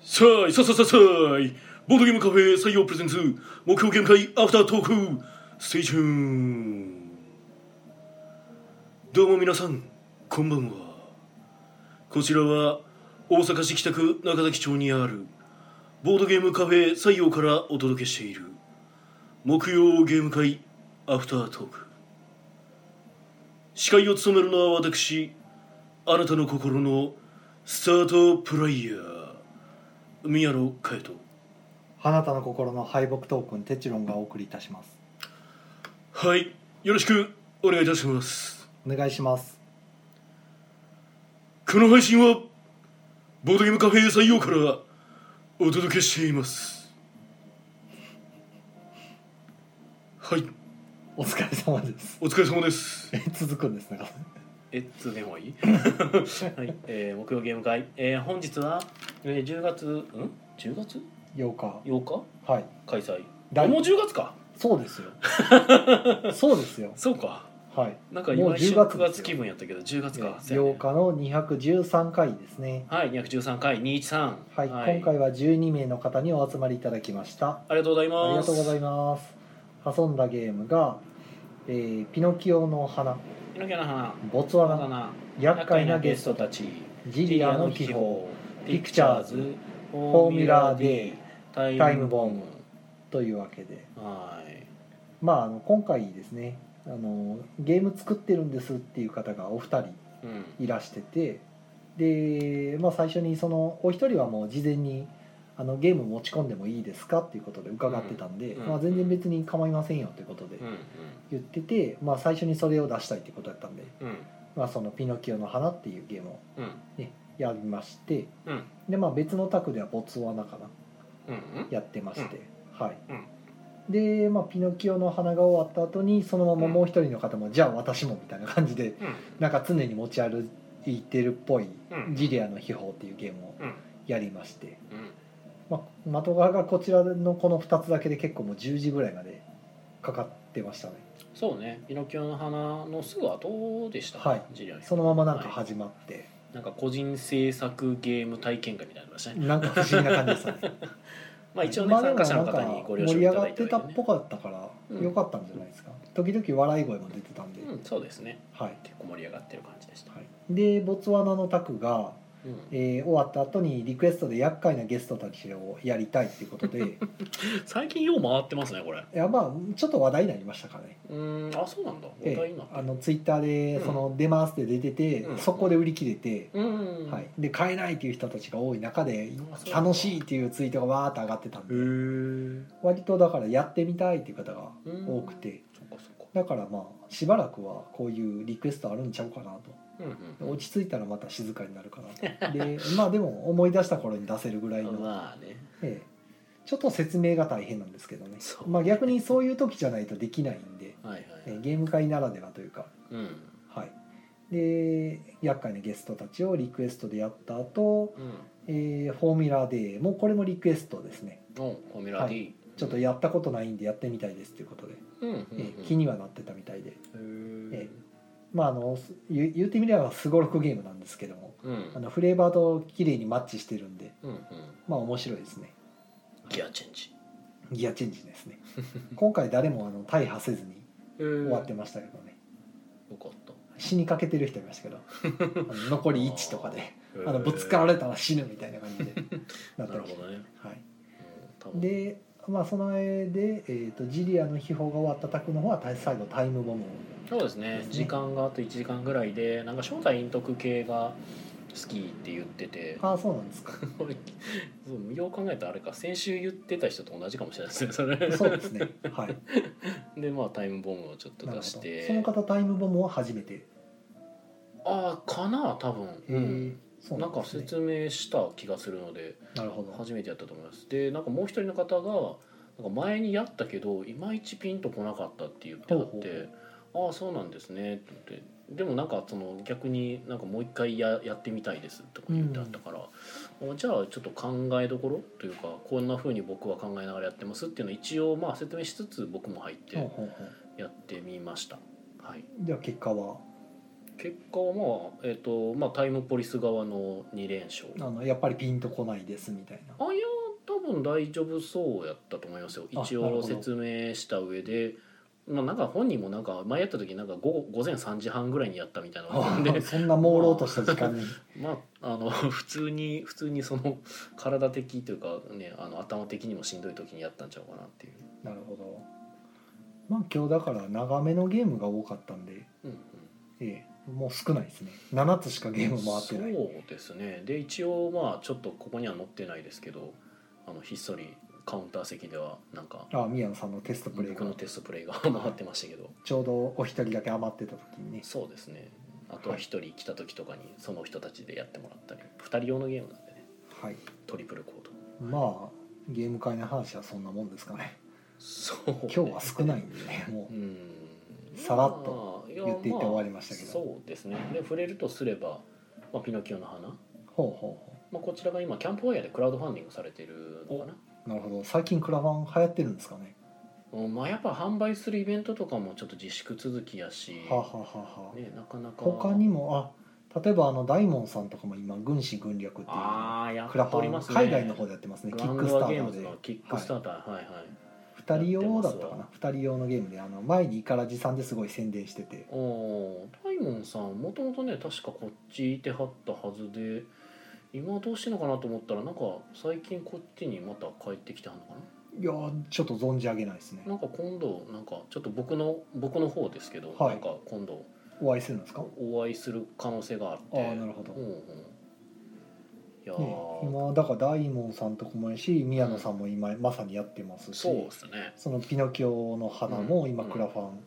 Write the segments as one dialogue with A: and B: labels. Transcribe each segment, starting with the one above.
A: さあいさあさあさあさあいボードゲームカフェ採用プレゼンツ目標ゲーム会アフタートークステイチューンどうも皆さんこんばんはこちらは大阪市北区中崎町にあるボードゲームカフェ採用からお届けしている木曜ゲーム会アフタートーク司会を務めるのは私あなたの心のスタートプレイヤー宮野佳代と
B: 花たの心の敗北トークンテチロンがお送りいたします
A: はいよろしくお願いいたします
B: お願いします
A: この配信はボードゲームカフェ採用からお届けしていますはい
B: お疲れ様です
A: お疲れ様です
B: え続くんですね
C: えっとでもいい はい、えー、木曜ゲーム会、えー、本日は、えー、10月ん10月
B: 8日
C: 8日
B: はい
C: 開催
B: だい
C: もう10月か
B: そうです よそうですよ
C: そうか
B: はい
C: なんか
B: もう
C: 今一
B: 10
C: 瞬9
B: 月です
C: 月
B: よ
C: 気分やったけど10月か、そうやね
B: 8日の213回ですね
C: はい213回213
B: はい、今回は12名の方にお集まりいただきました
C: ありがとうございます
B: ありがとうございます遊んだゲームが、えーピノキオの花
C: す猪木の花
B: ボツワ
C: 花
B: ナ
C: な
B: 厄介なゲスト
C: たち
B: ジリアの秘宝
C: ピクチャーズフ
B: ォーミュラーデ
C: タイ
B: タイム
C: ム
B: ボ
C: ボ
B: ム
C: ム
B: というわけで
C: はい
B: まああの今回ですねあのゲーム作ってるんですっていう方がお二人
C: うん
B: いらしててで、まあ、最初にそのお一人はもう事前にあのゲーム持ち込んでもいいですかっていうことで伺ってたんで、
C: うん
B: まあ、全然別に構いませんよということで
C: うん
B: 言ってて、まあ、最初にそれを出したいってことだったんで
C: うん
B: 「まあ、そのピノキオの花」っていうゲームを、
C: うん
B: ね、やりまして
C: うんうん
B: で、まあ、別の卓ではボツワナかな
C: うんうん
B: やってまして、はい、
C: うん
B: で、まあ、ピノキオの花が終わった後にそのままもう一人の方も、じゃあ私もみたいな感じで
C: うん
B: なんか常に持ち歩いてるっぽい
C: うん
B: ジリアの秘宝っていうゲームを
C: うん
B: やりまして、
C: う
B: まあ、的側がこちらのこの2つだけで結構もう10時ぐらいまでかかってましたね
C: んそうね「ピノキオの花」のすぐ後でした、
B: はい
C: ジリアン
B: そのままなんか始まって、
C: なんか個人制作ゲーム体験会みたいなのがしたね
B: なんか不思議な感じ でしたね
C: まあ一応ね、
B: まあで
C: 参
B: も
C: 加者の
B: な
C: 方
B: ん
C: に
B: か
C: ご了
B: 盛
C: 承
B: り
C: い
B: 上
C: た
B: が
C: だ
B: っ
C: いて
B: てたっぽかったから
C: うん
B: 良かったんじゃないですか、時々笑い声も出てたんで、
C: うん、そうですね
B: はい、
C: 結構盛り上がってる感じでした、
B: はい、でボツワナのタクが、
C: うん、
B: えー終わった後にリクエストで厄介なゲストたちをやりたいってい うことでい
C: 最近よう回ってますねこれ
B: やまあちょっと話題になりましたかね、
C: うーんあそうなんだ
B: え
C: 話題にな
B: ー
C: っ、て
B: あ
C: る
B: のツイッターで「
C: うん
B: その出ます」って出てて、
C: うん
B: そこで売り切れて、
C: うん、
B: はい、で買えないっていう人たちが多い中で
C: あそうなんだ
B: 楽しいっていうツイートがわーっと上がってたん
A: へ
B: で、
A: え
B: 割とだからやってみたいっていう方が
C: うん
B: 多くて
C: そっかそっか
B: だからまあしばらくはこういうリクエストあるんちゃうか
C: う
B: な
C: ん
B: と落ち着いたらまた静かになるかなと でまあでも思い出した頃に出せるぐらい
C: うん
B: の
C: まあね
B: ええ、ちょっと説明が大変なんですけどね
C: そう
B: まあ、逆にそういう時じゃないとできないんで、
C: はいはい、
B: ええゲーム会ならではというか、
C: うん
B: はい、で厄介なゲストたちをリクエストでやった後、
C: うん
B: ええフォーミュラーデーもこれもリクエストですね
C: おフォーミュラー D、
B: はちょっとやったことないんでやってみたいですということで、
C: うんうんうん、
B: ええ気にはなってたみたいで、
C: へー
B: えまあ、あのす言う言ってみればすごろくゲームなんですけども
C: うん
B: あのフレーバーと綺麗にマッチしてるんで、
C: うんうん
B: まあ、面白いですね
C: ギアチェンジ
B: ギアチェンジで すね今回誰もあの大破せずに
C: 終
B: 終わってましたけどね
C: よかっ
B: 死にかけてる人いましたけど あの残り1とかで
C: た
B: あのぶつかられたら死ぬみたいな 感じで
C: な
B: なって
C: る
B: まし
C: ほ
B: た、
C: どね、
B: はい、
C: うん多分
B: でまあその絵で、えー、とジリアの秘宝が終わった卓の方はた最後タイムボムを
C: そうですね
B: ですね
C: 時間があと1時間ぐらいでなんか正体隠匿系が好きって言ってて
B: ああそうなん ですか
C: これそうよう考えたらあれか先週言ってた人と同じかもしれないですねそれ
B: そうですねはい
C: でまあタイムボムをちょっと
B: なる
C: 出
B: ほ
C: し
B: ど
C: て
B: その方タイムボムは初めてへ
C: ああかな多分、
B: え、
C: うん、
B: そう
C: な
B: な
C: んん
B: で
C: か
B: すね
C: 説明した気がするので
B: なるほど
C: 初めてやったと思いますでなんかもう一人の方がなんか前にやったけどいまいちピンとこなかったって言ってあ
B: ほう
C: っ
B: ほ
C: てああそうなんですねって言ってでもなんかその逆になんかもう一回ややってみたいですとか言ってあったから、あじゃあちょっと考えどころというかこんな風に僕は考えながらやってますっていうのを一応まあ説明しつつ僕も入っ
B: ほう
C: て
B: ほうほう
C: やってみました、はい
B: じゃあ結果は
C: 結果はまあえっ、とまあタイムポリス側の2連勝
B: あのやっぱりピンとこないですみたいな。
C: あいや多分大丈夫そうやったと思いますよ
B: あ
C: 一
B: なる
C: 応
B: ほど
C: 説明した上でまあなんか本人もなんか前やった時なんか午後午前3時半ぐらいにやったみたいなのが あるんで
B: そんな朦朧とした時間に。
C: まああの普通に普通にその体的というかねあの頭的にもしんどい時にやったんちゃうかなっていう、
B: なるほど。まあ今日だから長めのゲームが多かったんで、
C: うんうん、
B: ええ、もう少ないですね。7つしかゲーム回ってない。
C: そうですねで一応まあちょっとここには載ってないですけどあのひっそりカウンター席ではなんか
B: ああ宮野さんのテストプレイ
C: 僕
B: が
C: のテストプレイが回ってましたけど
B: ちょうどお一人だけ余ってた時にね。
C: そうですねあとは一人来た時とかにその人たちでやってもらったり二人用のゲームなんでね
B: はい。
C: トリプルコード
B: まあゲーム会の話はそんなもんですかね。
C: そうね、
B: 今日は少ないんでね、も
C: う
B: うんさらっと
C: まあや
B: 言っていって終わりましたけ
C: まあ
B: ど。
C: そうですねで触れるとすれば、まあ、ピノキオの花、ま
B: ほうほう
C: あ、
B: ほ
C: こちらが今キャンプファイヤーでクラウドファンディングされてるのかな
B: う。なるほど。最近クラファン流行ってるんですかね。
C: うんまあやっぱ販売するイベントとかもちょっと自粛続きやし、
B: はあ、はあはあはあ。
C: ね、なかなか
B: 他にもあ例えばあの大門さんとかも今軍師軍略っていう
C: ああや
B: クラ
C: っ
B: フ
C: ており
B: ァン
C: ますね
B: 海外の方でやってますね
C: グ
B: キ
C: ラ
B: ッ
C: ン
B: ク
C: ド
B: スタ
C: アゲー
B: ー
C: ム
B: タ
C: ズ
B: ーで
C: のキックスターターはいはい
B: 2人用だった
C: やって
B: かな2人用のゲームであの前にイカラジさんですごい宣伝してて
C: おおー大門さんもともとね確かこっちいてはったはずで今どうしてんのかなと思ったらなんか最近こっちにまた帰ってきてはんのか
B: いやーちょっと存じ上げないですね
C: ななんか今度なんかちょっと僕の僕の方ですけど、
B: はい
C: なんか今度
B: お会いするんですか
C: お会いする可能性があって
B: ああなるほど、
C: うん
B: ね、
C: うんいやー、
B: 今だから大門さんとこもやし宮野さんも今まさにやってますし、
C: そうですね
B: そのピノキオの花も今
C: うん
B: クラファン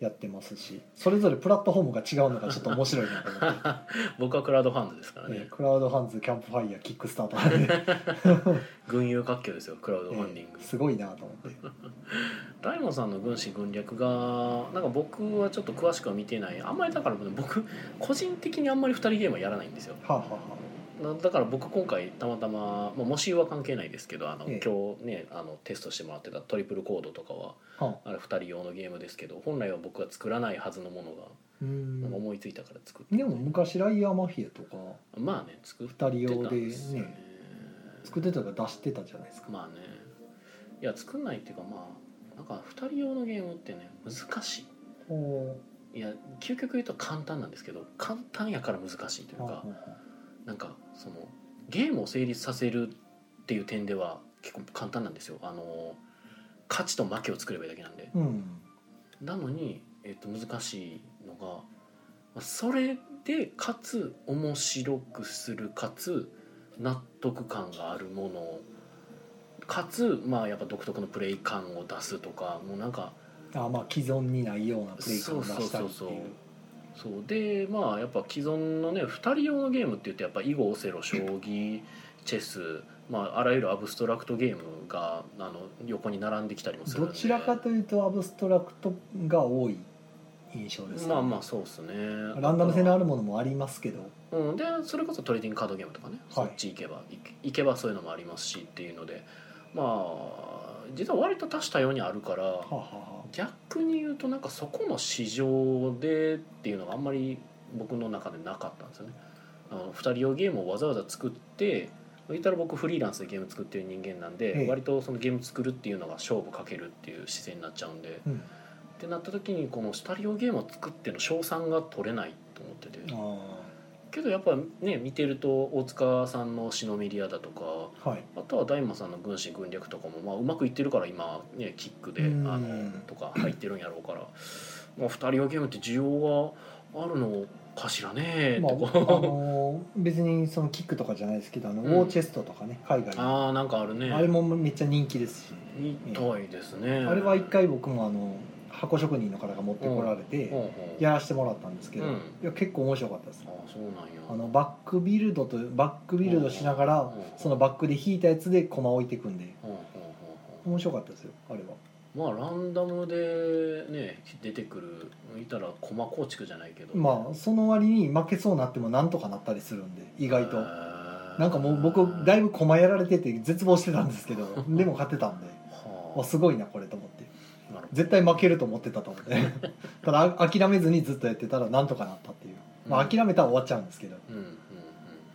B: やってますしそれぞれプラットフォームが違うのがちょっと面白いなと思って
C: 僕はクラウドファンドですからね、
B: えークラウドファンズキャンプファイヤーキックスターターで、
C: 群雄割拠ですよクラウド
B: え
C: ファンディング、
B: ーすごいなと思って
C: 大門さんの軍師軍略がなんか僕はちょっと詳しくは見てないあんまりだから僕個人的にあんまり2人ゲームはやらないんですよ
B: はあ、はあは
C: なだから僕今回たまたま、まあ、もしは関係ないですけどあの、
B: ええ
C: 今日ねあのテストしてもらってたトリプルコードとかは
B: あ、はあ、
C: あれ2人用のゲームですけど本来は僕は作らないはずのものが、
B: う
C: なんか
B: ん
C: 思いついたから作って
B: でも昔ライアーマフィアとか
C: まあね作って
B: 二人用
C: た
B: で
C: んですよ
B: ね
C: ね
B: 作ってたから出してたじゃないですか
C: まあねいや作んないっていうかまあなんか2人用のゲームってね難し
B: ほ
C: いいや究極言うと簡単なんですけど簡単やから難しいという
B: うはあは
C: かなんかそのゲームを成立させるっていう点では結構簡単なんですよあの勝ちと負けを作ればいいだけなんで
B: あうん
C: なのに、えっと、難しいのがまあそれでかつ面白くするかつ納得感があるものをかつまあやっぱ独特のプレイ感を出すとかもうなんか
B: あまあ既存にないようなプレイ
C: そ
B: 感を
C: う
B: 出
C: そう
B: した
C: そ
B: りっ
C: う
B: て
C: そ
B: いうう
C: そうでまあやっぱ既存のね2人用のゲームって言ってやっぱ囲碁オセロ将棋チェス、まあ、あらゆるアブストラクトゲームがあの横に並んできたりもするん
B: ど
C: で
B: ちらかというとアブストラクトが多い印象ですね、
C: まあまあそうですね
B: ランダム性のあるものもありますけど
C: うん、でそれこそトレーディングカードゲームとかね、
B: はい
C: そっち行けば行け行けばそういうのもありますしっていうのでまあ実は割と多種多様にあるから、
B: はあ、はあは
C: 逆に言うとなんかそこの市場でっていうのがあんまり僕の中でなかったんですよね。あの2人用ゲームをわざわざ作って言ったら僕フリーランスでゲーム作ってる人間なんで、
B: ええ
C: 割とそのゲーム作るっていうのが勝負かけるっていう姿勢になっちゃうんで
B: あ、うん、
C: ってなった時にこの2人用ゲームを作っての賞賛が取れないと思ってて。
B: あ
C: けどやっぱね見てると大塚さんの「シノミリア」だとか
B: あはい
C: あとは大門さんの「軍師軍略」とかも、まあ、うまくいってるから今ねキックで
B: うん
C: あのとか入ってるんやろうから、まあ、2人用ゲームって需要があるのかしらね
B: まあ、あ
C: とか、
B: のー別にそのキックとかじゃないですけどあの、
C: うん
B: ウォーチェストとかね海外 の
C: ああーなんかあるね
B: あれもめっちゃ人気ですし、
C: みたいですね
B: あれは一回僕もあの箱職人の方が持ってこられて、
C: ほうほう
B: やらせてもらったんですけど、
C: うん
B: いや結構面白かったです
C: ああそうなんや
B: あのバックビルドとバックビルドしながら、
C: うん
B: そのバックで引いたやつで駒置いていくんで
C: ほうほうほうほう
B: 面白かったですよあれは
C: まあランダムでね出てくるいたら駒構築じゃないけど
B: まあその割に負けそうになってもなんとかなったりするんで意外となんかもう僕だい
C: ぶ、
B: ぶ 駒やられてて絶望してたんですけどでも勝てたんで
C: はあ
B: あすごいなこれと思って
C: なるる
B: 絶対負けると思ってたと思って ただあ諦めずにずっとやってたらなんとかなったっていう、ま
C: う
B: あ、
C: ん
B: 諦めたら終わっちゃうんですけど、
C: うんうん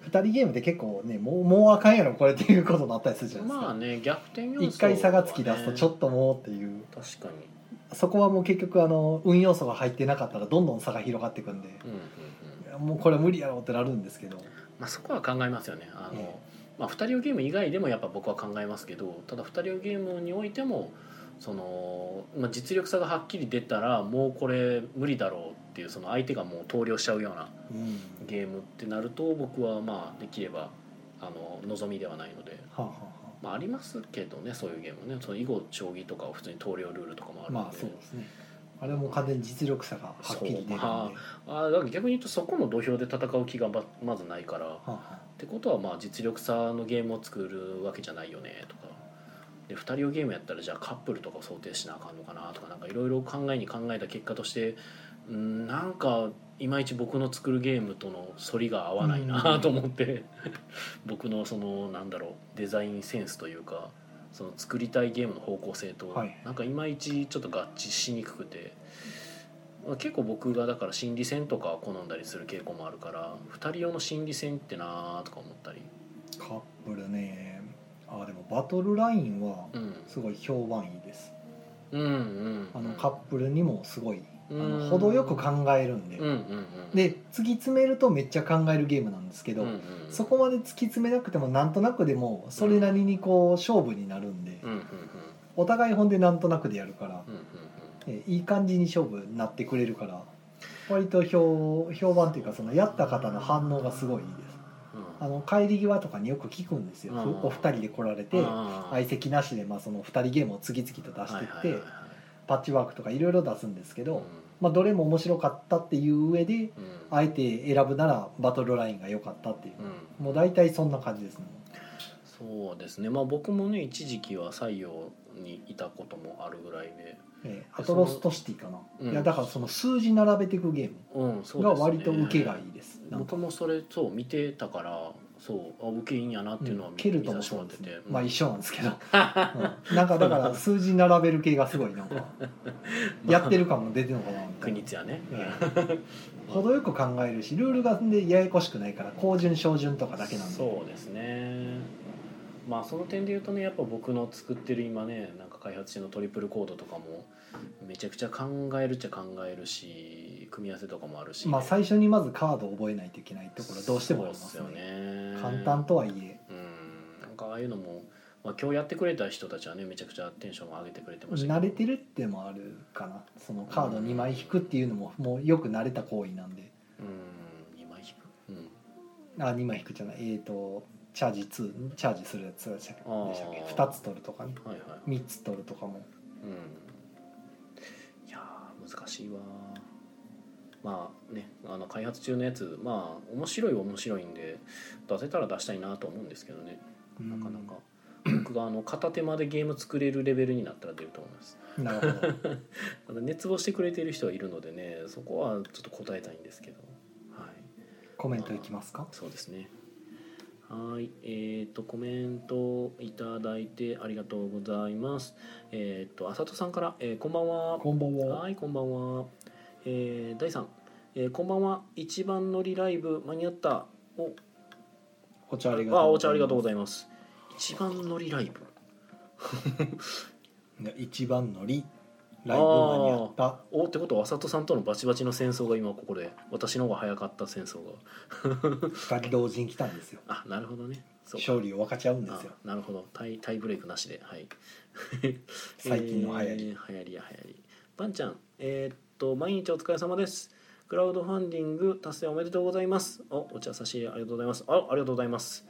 B: 二2人ゲームで結構ねもうもうあかんやろこれっていうことになったりするじゃ
C: う
B: なんいですか、
C: まあね逆転要素はね
B: 一回差がつき出すとちょっともうっていう
C: 確かに
B: そこはもう結局あの運要素が入ってなかったらどんどん差が広がっていくんで
C: うんうんうん
B: いやもうこれ無理やろってなるんですけど
C: まあそこは考えますよねあの、
B: え
C: まあ、2人用ゲーム以外でもやっぱ僕は考えますけどただ2人用ゲームにおいてもその、まあ、実力差がはっきり出たらもうこれ無理だろうっていうその相手がもう投了しちゃうような
B: うん
C: ゲームってなると僕はまあできればあの望みではないので、
B: はあ、は
C: まあ、ありますけどねそういうゲームねその囲碁将棋とかは普通に投了ルールとかもあ
B: あはあ、
C: る
B: ま
C: の
B: あ
C: で、
B: そうですねあれはもう完全に実力差がはっきり出るんで、
C: そうまあだから逆に言うとそこの土俵で戦う気がままずないから。
B: はあは
C: ってことはまあ実力差のゲームを作るわけじゃないよねとかで2人用ゲームやったらじゃあカップルとかを想定しなあかんのかなとかなんかいろいろ考えに考えた結果としてうんなんかいまいち僕の作るゲームとの反りが合わないな
B: う
C: あ
B: ん
C: と思って僕のそのなんだろうデザインセンスというかその作りたいゲームの方向性と
B: はい
C: なんかいまいちちょっと合致しにくくて。まあ結構僕がだから心理戦とか好んだりする傾向もあるから2人用の心理戦ってなーとか思ったり
B: あカップルねあでもバトルラインは
C: うん
B: すごい評判いいです
C: うんうん
B: あのカップルにもすごいあ
C: うん
B: の程よく考えるんで、
C: うんうんうん
B: で突き詰めるとめっちゃ考えるゲームなんですけど、
C: うんうんうん
B: そこまで突き詰めなくてもなんとなくでもそれなりにこう勝負になるんで、
C: うんうんうん
B: お互いほんでなんとなくでやるから、
C: うんうん
B: えいい感じに勝負になってくれるから割と評評判というかそのやった方の反応がすごいいいですあの帰り際とかによく聞くんですよ、
C: う
B: ふ
C: ん
B: お二人で来られ
C: う
B: て
C: んあー
B: 相席なしでまあその二人ゲームを次々と出してって、
C: はいはいはいはい
B: パッチワークとかいろいろ出すんですけど、
C: うん
B: まあ、どれも面白かったっていう上で
C: うん
B: あえて選ぶならバトルラインが良かったっていう
C: うん
B: もう大体そんな感じですね
C: そうですねまあ僕もね一時期は採用にいたこともあるぐらいで
B: えーアトロストシティかな、
C: うん
B: いやだからその数字並べていくゲ
C: うん
B: ー
C: そう
B: ム
C: で
B: が
C: すね
B: 割と受けがいいです、なんか
C: 僕もそれそう見てたからそうあ受けいいんやなっていうのは
B: うん
C: 見
B: ケル
C: 見
B: ト
C: さ
B: も
C: せて
B: そ
C: もらっ
B: うで
C: て
B: すね
C: て
B: まあ一緒なんですけど、 うんなんかだから数字並べる系がすごいなんかやってる感も出てるのかなみたい
C: 国
B: な
C: 津やね
B: ええ程よく考えるしルールがでややこしくないから高順小順とかだけなんで
C: そうですねまあその点で言うとねやっぱ僕の作ってる今ねなんか開発中のトリプルコードとかもめちゃくちゃ考えるっちゃ考えるし組み合わせとかもあるし、
B: まあ最初にまずカードを覚えないといけないところどうしてもあります
C: そうっ
B: ね
C: よね
B: 簡単とはいえ
C: うんなんかああいうのも、まあ、今日やってくれた人たちはねめちゃくちゃテンション上げてくれてましたけど
B: 慣れてるってもあるかなそのカード2枚引くっていうのももうよく慣れた行為なんで
C: うん今引くうん
B: あ2枚引くじゃないえー、とチャージ2チャージするやつでしたっけ
C: あー
B: 2つ取るとかね
C: はいはい
B: 3つ取るとかも
C: うんいやー難しいわまあねあの開発中のやつまあ面白いは面白いんで出せたら出したいなと思うんですけどねなかなか僕があの片手間でゲーム作れるレベルになったら出ると思います
B: うんなるほど
C: ただ熱望してくれている人はいるのでねそこはちょっと答えたいんですけどはい
B: コメントいきますか
C: そうですね。はい、えっ、とコメントいただいてありがとうございます。えっ、とあさとさんから、えーこんばんは。
B: こんばんは
C: はい、こんばんは。えー、第三、えーこんばんは。一番乗りライブ間に合った。お、
B: お茶ありがとう
C: あ、お茶ありがとうござ
B: い
C: います。一番乗りライブ。
B: ます一番乗りライブ間に合った
C: おってことはあさとさんとのバチバチの戦争が今ここで私の方が早かった戦争が
B: 2人同時に来たんですよ
C: あなるほどねそうか
B: 勝利を分かち合うんですよ
C: あなるほどタイタイブレイクなしではい
B: 最近の流行り、
C: えー流行りや流行りばんちゃんえーっと毎日お疲れ様ですクラウドファンディング達成おめでとうございますおお茶差し入れありがとうございますあありがとうございます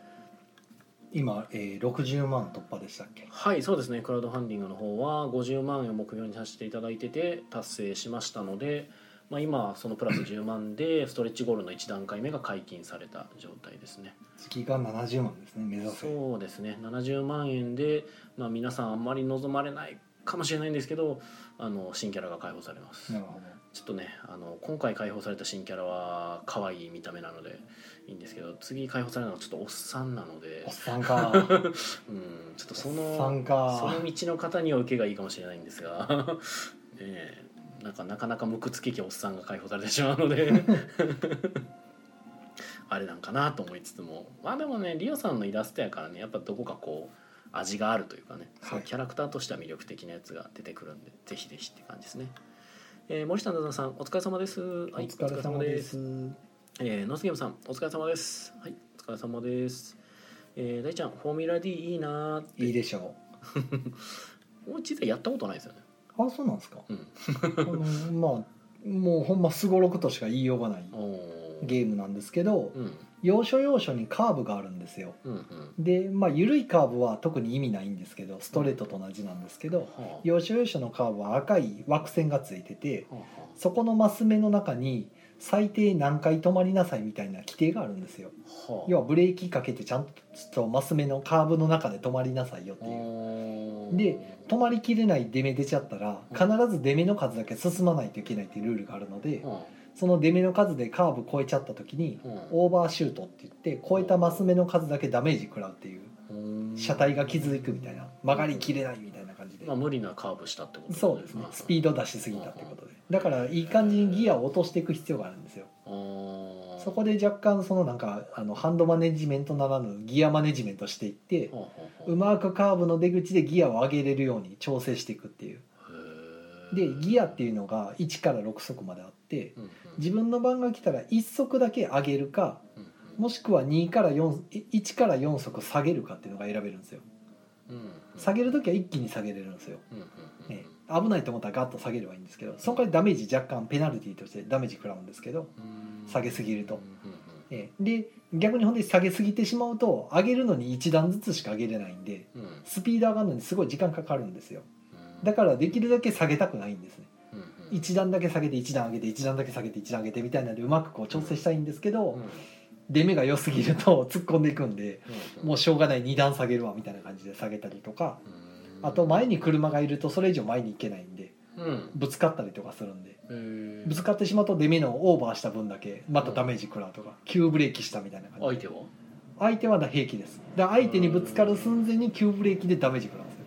B: 今、えー、60万突破でしたっけ
C: はいそうですねクラウドファンディングの方は50万円を目標にさせていただいてて達成しましたので、まあ、今そのプラス10万でストレッチゴールの1段階目が解禁された状態ですね
B: 月が70万ですね目指せ
C: そうですね70万円で、まあ、皆さんあんまり望まれないかもしれないんですけどあの新キャラが解放されます
B: なるほど
C: ちょっとねあの今回解放された新キャラは可愛い見た目なのでいいんですけど次解放されるのはちょっとおっさんなので
B: おっさんか
C: うんちょっとその
B: 参加
C: その道の方には受けがいいかもしれないんですが ねえなんかなかなかムクつけきおっさんが解放されてしまうの であれなんかなと思いつつもまあでもねリオさんのイラストやからねやっぱどこかこう味があるというかね、
B: はい
C: そのキャラクターとしては魅力的なやつが出てくるんでぜひぜひって感じですね。えー森下ななさんお疲れ様です。
B: お
C: はい
B: 疲れ様です。
C: えー、ノースゲームさんお疲れ様ですはいお疲れ様ですえー、大ちゃんフォーミュラ D いいなーって
B: いいでしょ
C: もう実はやったことないですよね
B: う。あ、そうなんですか。
C: うん
B: あのまあもうほんますごろくとしか言いようがない
C: おー
B: ゲームなんですけど、
C: うん
B: 要所要所にカーブがあるんですよ。
C: うんうん
B: で、まあ緩いカーブは特に意味ないんですけど、ストレートと同じなんですけど、
C: は
B: 要所要所のカーブは赤い枠線がついてて、
C: あはあは
B: そこのマス目の中に最低何回止まりなさいみたいな規定があるんですよ。
C: あはあ
B: 要はブレーキかけてちゃんとマス目のカーブの中で止まりなさいよっていう。
C: おー
B: で止まりきれない出目出ちゃったら必ず出目の数だけ進まないといけないっていうルールがあるので
C: は
B: その出目の数でカーブ超えちゃった時に
C: あは
B: オーバーシュートって言って超えたマス目の数だけダメージ食らうっていう
C: あうん
B: 車体が傷つくみたいな曲がりきれないみたいな感じで
C: まあ無理なカーブしたってこと
B: そうですねスピー
C: ー
B: ド出しすぎたってことでだからいい感じにギアを落としていく必要があるんですよ
C: ド
B: そこで若干そのなんかあのハンドマネジメントならぬギアマネジメントしていって
C: はあはあ
B: うまくカーブの出口でギアを上げれるように調整していくっていうでギアっていうのが1から6速まであって
C: うんうん
B: 自分の番が来たら1速だけ上げるか
C: うん
B: もしくは2から41から4速下げるかっていうのが選べるんですよ
C: うんうん
B: 下げる時は一気に下げれるんですよ、
C: うんうんうん
B: ね、危ないと思ったらガッと下げればいいんですけどそこでダメージ若干ペナルティとしてダメージ食らうんですけど、
C: うん
B: 下げすぎると
C: うんうんうん
B: ねで逆にほんで下げすぎてしまうと上げるのに1段ずつしか上げれないんで
C: うんうん
B: スピード上がるのにすごい時間かかるんですよだからできるだけ下げたくないんですね
C: うんうん
B: 1段だけ下げて1段上げて1段だけ下げて1段上げてみたいなのでうまくこう調整したいんですけど、
C: うん
B: 出目が良すぎると 突っ込んでいくんで
C: うん
B: もうしょうがない2段下げるわみたいな感じで下げたりとか
C: うん
B: あと前に車がいるとそれ以上前に行けないんで
C: うん
B: ぶつかったりとかするんで
C: えー
B: ぶつかってしまうと出目のオーバーした分だけまたダメージ食らうとか急ブレーキしたみたいな感じ
C: 相手は
B: 相手は平気ですだから相手にぶつかる寸前に急ブレーキでダメージ食らうんですよ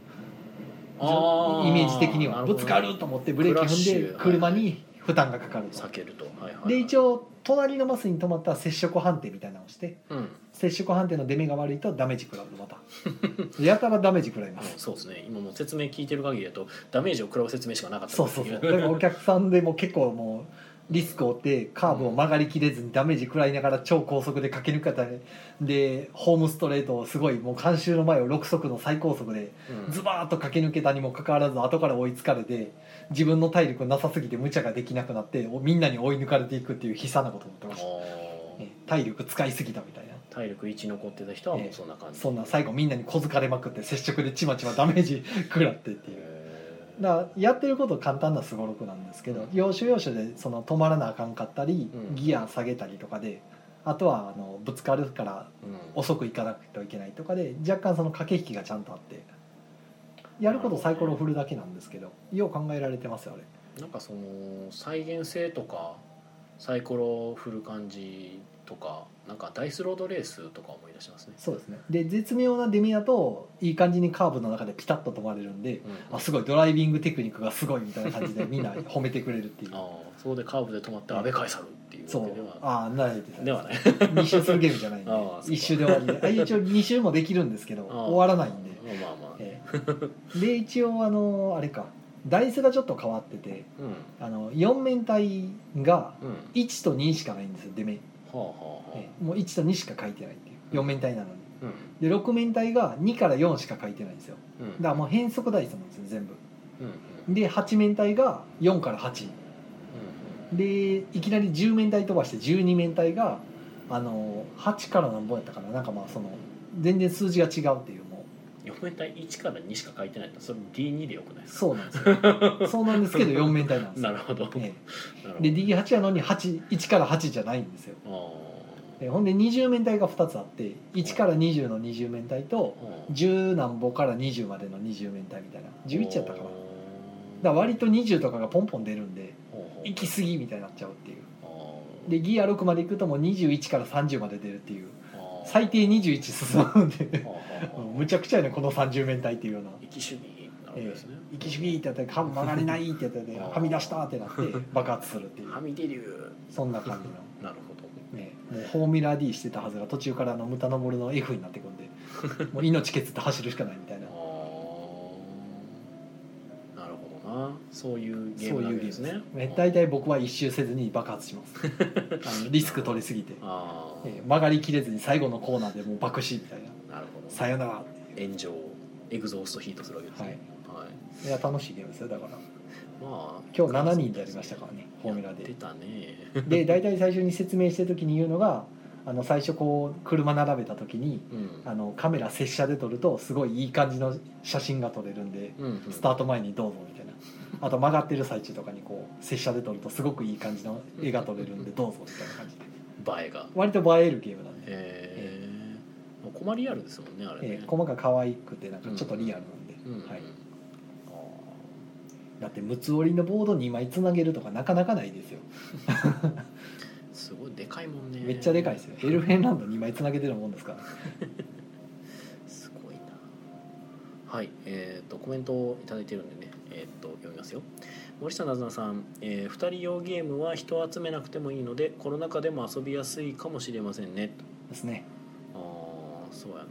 C: あー
B: イメージ的に
C: な
B: は
C: るほど
B: ぶつかると思ってブレー
C: ク
B: キ踏んで
C: ラッシュ
B: 車に負担がかかると
C: 避けるとはいはいはい
B: で一応隣のマスに止まったら接触判定みたいなのをして
C: うんうん
B: 接触判定の出目が悪いとダメージ食らうとまた やたらダメージ食らいます
C: そうですね今もう説明聞いてる限りだとダメージを食らう説明しかなかった
B: そうそうそうだ
C: ってい
B: からお客さんでも結構もうリスクを負ってカーブを曲がりきれずにダメージ食らいながら超高速で駆け抜けたりでホームストレートをすごいもう観衆の前を6速の最高速で
C: うん
B: ズバーッと駆け抜けたにもかかわらず後から追いつかれて自分の体力なさすぎて無茶ができなくなっておみんなに追い抜かれていくっていう悲惨なことを思ってま
C: あ
B: した、
C: ー
B: ね体力使いすぎたみたいな
C: 体力1残ってた人はもうそんな感じ
B: そんな最後みんなに小づかれまくって接触でちまちまダメージ食らってっていう
C: へー
B: だからやってること簡単なすごろくなんですけど要所要所でその止まらなあかんかったり
C: うん
B: ギア下げたりとかであとはあのぶつかるから
C: うん
B: 遅く行かなくてはいけないとかで若干その駆け引きがちゃんとあってやることサイコロ振るだけなんですけどよう考えられてますよあれ
C: なんかその再現性とかサイコロを振る感じとかなんかダイスロードレースとか思い出しますね
B: そうですねで絶妙な出目だといい感じにカーブの中でピタッと止まれるんで
C: うん
B: あすごいドライビングテクニックがすごいみたいな感じでみんな褒めてくれるっていう
C: ああそこでカーブで止まって安倍返さるっていう
B: そ
C: わ
B: う
C: けでは
B: ああ慣れてた
C: ではない
B: 2周するゲームじゃないん で
C: ああそう
B: 1周で終わりであ一応2周もできるんですけど
C: ああ
B: 終わらないんで、
C: まあまあまあ、
B: ええで一応あのあれかダイスがちょっと変わってて
C: うんうん
B: あの4面体が
C: は
B: 1と2しかないんですよ出目、え
C: あはあはあ、
B: えもう1と2しか書いてないっていう4面体なのに
C: うん
B: で6面体が2から4しか書いてないんですよ
C: うん
B: だからもう変則ダイスなんですよ全部
C: うんうん
B: で8面体が4から8でいきなり10面体飛ばして12面体があの8から何本やったかななんかまあその全然数字が違うっていうも
C: うん4面体1から2しか書いてないとそれ D2 でよくないで
B: う
C: す
B: そうなんです よそうなんですけど4面体なん
C: か
B: です よ
C: なるほど、
B: え
C: なるほ
B: え
C: ど
B: で D8 やのに81から8じゃないんですよ
C: あ
B: でほんで20面体が2つあって1から20の20面体と
C: あ
B: 10何本から20までの20面体みたいな11やったか
C: あ
B: なだから割と20とかがポンポン出るんで行き
C: す
B: 過ぎみたいになっちゃうっていう
C: あ
B: でギア6まで行くともう21から30まで出るっていう
C: ああ
B: 最低21進むんで
C: ああああ
B: むちゃくちゃやねこの30面体っていうような
C: 生き主義なわけですね、
B: 「生きしび」ってやったら「缶曲がれない」ってやったらで
C: あー
B: はみ出した」って なって爆発するっていう
C: はみ出る
B: そんな感じの。
C: なるほど
B: ね、もうフォーミュラ D してたはずが途中からあのムタノボルの F になってくんで もう命削って走るしかないみたいな
C: ああなるほどなそういうゲー
B: そ
C: ム
B: う
C: ないん
B: う
C: で
B: ゲーム
C: すね
B: ね大体僕は一周せずに爆発 しますあのリスク取りすぎて、
C: ああ、
B: えー曲がりきれずに最後のコーナーでもう爆死みたいな
C: なるほ
B: 「
C: ど
B: さよなら
C: 炎上エグゾーストヒートするわけですねはい、」
B: いや楽しいゲームですよだから
C: まあ
B: 今日7人でやりましたからねフォーミュラ
C: 出
B: で
C: たね
B: で大体最初に説明してる時に言うのがあの最初こう車並べた時に
C: うん
B: あのカメラ拙者で撮るとすごいいい感じの写真が撮れるんで
C: うんうん
B: スタート前にどうぞみたいなあと曲がってる最中とかにこう拙者で撮るとすごくいい感じの絵が撮れるんでどうぞみたいな感じで
C: 映えが
B: 割と映えるゲームなんで、
C: ええー、困りあるですもんねあれね、
B: えー、細か可愛くてなんかちょっとリアルなんで、
C: うんうん
B: はい、
C: あ
B: だって六つ折りのボード2枚つなげるとかなかなかないですよ
C: ーすごいでかいもんね
B: めっちゃでかいですよエルフェンランド2枚つなげてるもんですから
C: すごいなはいえっ、とコメントを頂いいてるんでねえっ、と読みますよ森下なずなさん、えー、2人用ゲームは人を集めなくてもいいのでコロナ禍でも遊びやすいかもしれませんね
B: ですね
C: あーそうやな。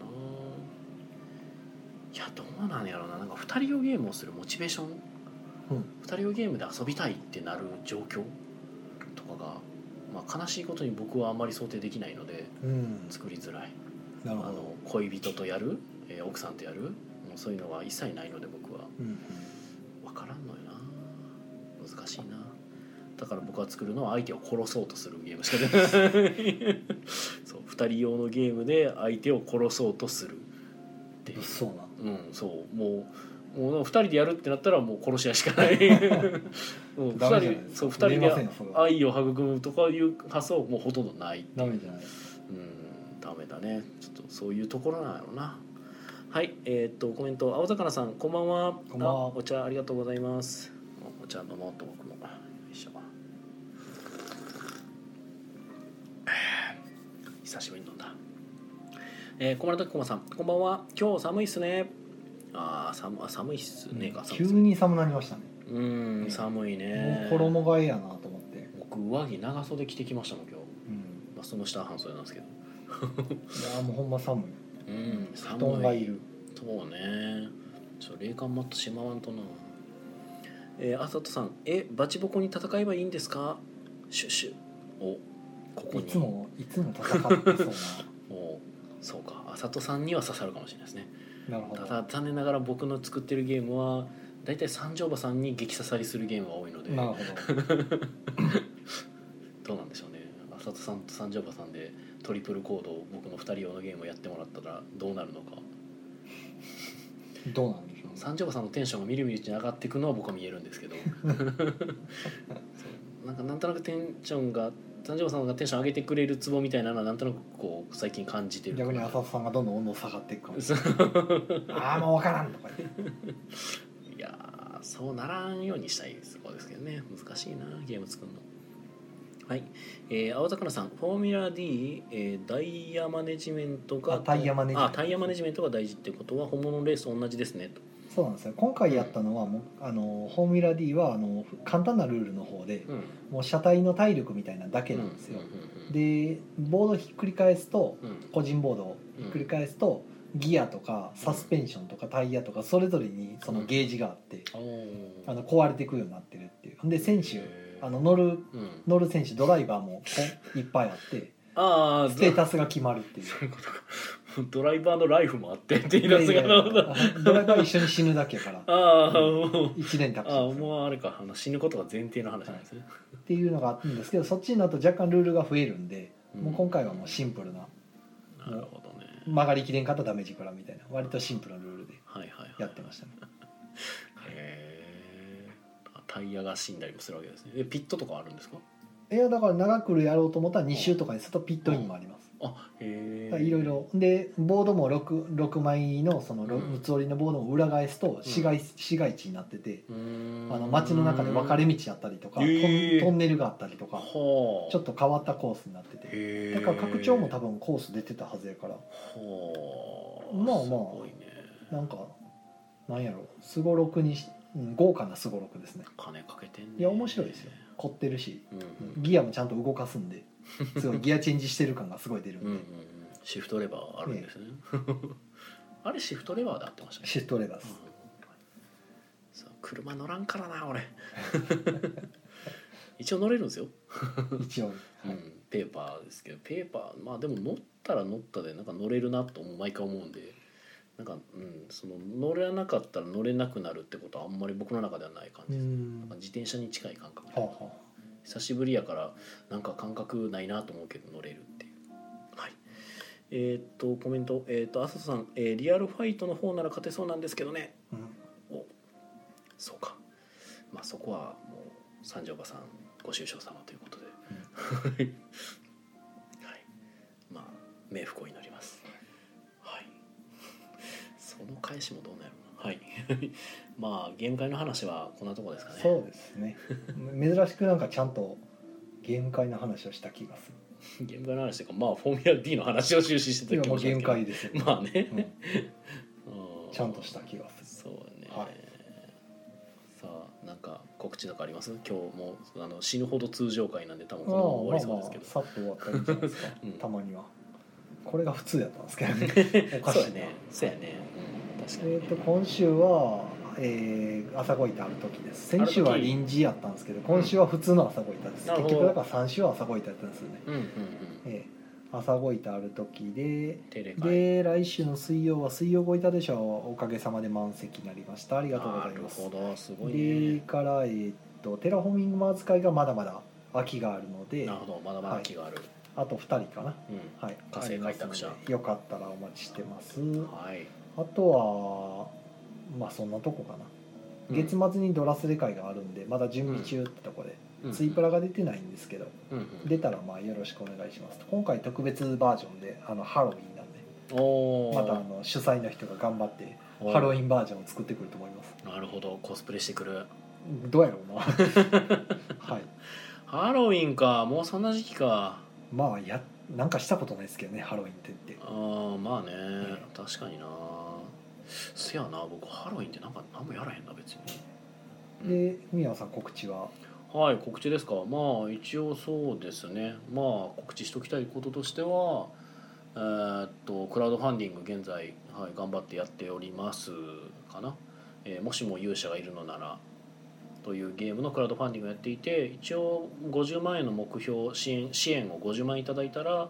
C: いやどうなんやろうななんか2人用ゲームをするモチベーション、
B: うん
C: 2人用ゲームで遊びたいってなる状況とかが、まあ、悲しいことに僕はあんまり想定できないので
B: うん
C: 作りづらい
B: な
C: あ
B: るほど
C: の恋人とやる、えー奥さんとやるもうそういうのは一切ないので僕は
B: うん
C: 分からんのよな難しいなだから僕は作るのは相手を殺そうとするゲームしか出な いそう2人用のゲームで相手を殺そうとするって
B: 物騒な
C: うんそうもうもう2人でやるってなったらもう殺し合いしか ないうん
B: ダメじゃない
C: 二
B: です
C: そう
B: か
C: 2人
B: 見えませ
C: で
B: んよそれは
C: 愛を育むとかいう発想はもうほとんどない
B: ダメじゃないです
C: うんダメだねちょっとそういうところなのなはいえーっとコメント青魚さんこんばんは
B: こんばんは
C: あお茶ありがとうございますおお茶飲もうと僕もよいしょ久しぶりに飲んだえー、小村田こまさんこんばんは今日寒いっすねあー寒あ寒いっすねか、寒
B: 急
C: いっす
B: に寒なりましたね、
C: うーん寒いね
B: もう衣替えやなと思って、
C: 僕上着長袖着てきましたもん今日、
B: うん、
C: まあ、その下は半袖なんですけど
B: いやもうほんま寒い
C: うん
B: 布
C: 寒
B: 団がいる
C: そうねちょ霊感もっとしまわんとなえー、あさとさん「えバチボコに戦えばいいんですか?」シュッシュおここ
B: い
C: に
B: つもいつも戦ってそう
C: おそうかあさとさんには刺さるかもしれないですね
B: ななるほ
C: た
B: ど
C: だ残念ながら僕の作ってるゲームは大体三条馬さんに激刺さりするゲームが多いので
B: なるほど
C: どうなんでしょうねあさとさんと三条馬さんでトリプルコードを僕の2人用のゲームをやってもらったらどうなるのか
B: どうなんでしょう
C: 三条さんのテンションがみるみるうちに上がっていくのは僕は見えるんですけ どそうなんかなんとなくテンションが三条さんがテンション上げてくれるツボみたいなのはなんとなくこう最近感じてる
B: 逆に浅田さんがどんどん温度下がっていくかもし
C: そう
B: れないああもう分からんとか言っ て
C: いやーそうならんようにしたいそこですけどね難しいなゲーム作るのはい、えー、青魚さん「フォーミュラ D、えーダイヤマネジメントが
B: あタイヤマネジメント
C: あタイヤマネジメントが大事ってことは本物のレースと同じですねと
B: そうなんですよ今回やったのはもうあのフォーミュラ D はあの簡単なルールの方で
C: うん
B: もう車体の体力みたいなだけなんですよ、でボードひっくり返すと
C: うんうん
B: 個人ボードをひっくり返すと、ギアとかサスペンションとかタイヤとかそれぞれにそのゲージがあって、
C: うん
B: あの壊れていくようになってるっていうで選手あの乗る
C: うん
B: 乗る選手ドライバーもこいっぱいあって
C: ああ
B: ステータスが決まるっていう
C: そういうことかドライバーのライフもあってって言い
B: いや
C: 出
B: い
C: す
B: や
C: が
B: いや
C: なるほど
B: ドライバーは一緒に死ぬだけやから
C: ああもう
B: 1年経
C: ああ
B: つ
C: もうあれかあの死ぬことが前提の話なんですね、
B: っていうのがあったんですけどそっちになると若干ルールが増えるんで、
C: うん
B: もう今回はもうシンプルな
C: なるほどね
B: 曲がりきれんかったらダメージ食らうみたいな割とシンプルなルールで
C: はいはいはい
B: やってましたね
C: へーあタイヤが死んだりもするわけですねえピットとかあるんですか
B: いやだから長くやろうと思ったら2周とかにするとピットインもあります、
C: あへえ
B: だからいろいろでボードも 6, 6枚のそのろ
C: うん
B: 六つ折りのボードも裏返すと市街,、市街地になってて
C: うーん
B: あの街の中で分かれ道あったりとか、
A: へー
B: トントンネルがあったりとか
C: はあ
B: ちょっと変わったコースになってて
A: へ
B: だ
A: え
B: から拡張も多分コース出てたはずやから
C: はあ
B: まあまあ
C: すごいね
B: なんかなんやろすごろくにし、うん、豪華なすごろくですね
C: 金かけてんね
B: いや面白いですよ凝ってるし
C: うんうん
B: ギアもちゃんと動かすんですごいギアチェンジしてる感がすごい出るん
C: う
B: で、
C: んうんうんシフトレバーあるんですね あれシフトレバーで合ってましたね
B: シフトレバー
C: うん
B: ス
C: そう車乗らんからな俺 一応乗れるんですよ、
B: 一応、は
C: う
B: い
C: ん、ペーパーですけどペーパーまあでも乗ったら乗ったでなんか乗れるなと毎回思うんでなんか、うん、その乗れなかったら乗れなくなるってことはあんまり僕の中ではない感
B: う
C: じです、
B: ん
C: なんか自転車に近い感覚
B: はあは
C: 久しぶりやからなんか感覚ないなと思うけど乗れるっていうはいえーっとコメントえーっとあささん、えーリアルファイトの方なら勝てそうなんですけどね」
B: うん
C: おそうかまあそこはもう三条馬さんご愁傷様ということで、 はいまあ冥福を祈りますはいその返しもどうなるのはい まあゲーム会の話はこんなとこですかね
B: そうですね珍しくなんかちゃんとゲーム会の話をした気がす
C: ゲーム会の話というかまあフォーミュラ D の話を終始して
B: るい
C: た
B: や
C: 気
B: も
C: も
B: う
C: しま
B: ゲー
C: す
B: ム
C: けど
B: 会ですよ、
C: まあね、
B: うん
C: う
B: ちゃんとした気がす
C: そうね、
B: はい
C: さあなんか告知とかあります今日もあの死ぬほど通常回なんで多分
B: る
C: このまま終わりそうですけど
B: さっと終わったらいいんじゃないですか、
C: うん
B: たまにはこれが普通やったんですけどね おかしい
C: そう
B: な
C: やねそうやね、うん、確かに、
B: え
C: ね
B: ー、と今週は、えー朝ごいたある時です先週は臨時やったんですけど今週は普通の朝ごいたです、
C: なるほ
B: 結
C: ど
B: 局だから3週は朝ごいたやったんですよね、
C: うんうんうん
B: えー朝ごいたある時で
C: テレ会
B: で来週の水曜は水曜ごいたでしょうおかげさまで満席になりましたありがとうございます
C: なるほどすごい
B: で
C: ね
B: からえーっとテラフォーミングマーズ会がまだまだ空きがあるので
C: なるほどまだまだ気がある、
B: あと2人かな
C: うん
B: はい
C: 火星開拓者
B: ありますのでよかったらお待ちしてます
C: はい、
B: あとはまあそんなとこかな
C: うん
B: 月末にドラスレ会があるんでまだ準備中ってとこで、
C: うん
B: ツイプラが出てないんですけど、
C: うんうん
B: 出たらまあよろしくお願いします今回特別バージョンであのハロウィンなんで
C: お
B: またあ
C: ー
B: の主催の人が頑張ってハロウィンバージョンを作ってくると思います
C: なるほどコスプレしてくる
B: どうやろう なはい
C: ハロウィンかもうそんな時期か
B: まあやなんかしたことないですけどねハロウィンって言って
C: ああまあね、
B: ん
C: 確かになせやな僕ハロウィンってなんか何もやらへんな別に、うん
B: で宮野さん告知は
C: はい告知ですかまあ一応そうですねまあ告知しときたいこととしてはえーっとクラウドファンディング現在、はい、頑張ってやっておりますかな、えーもしも勇者がいるのならというゲームのクラウドファンディングをやっていて一応50万円の目標支援支援を50万円いただいたら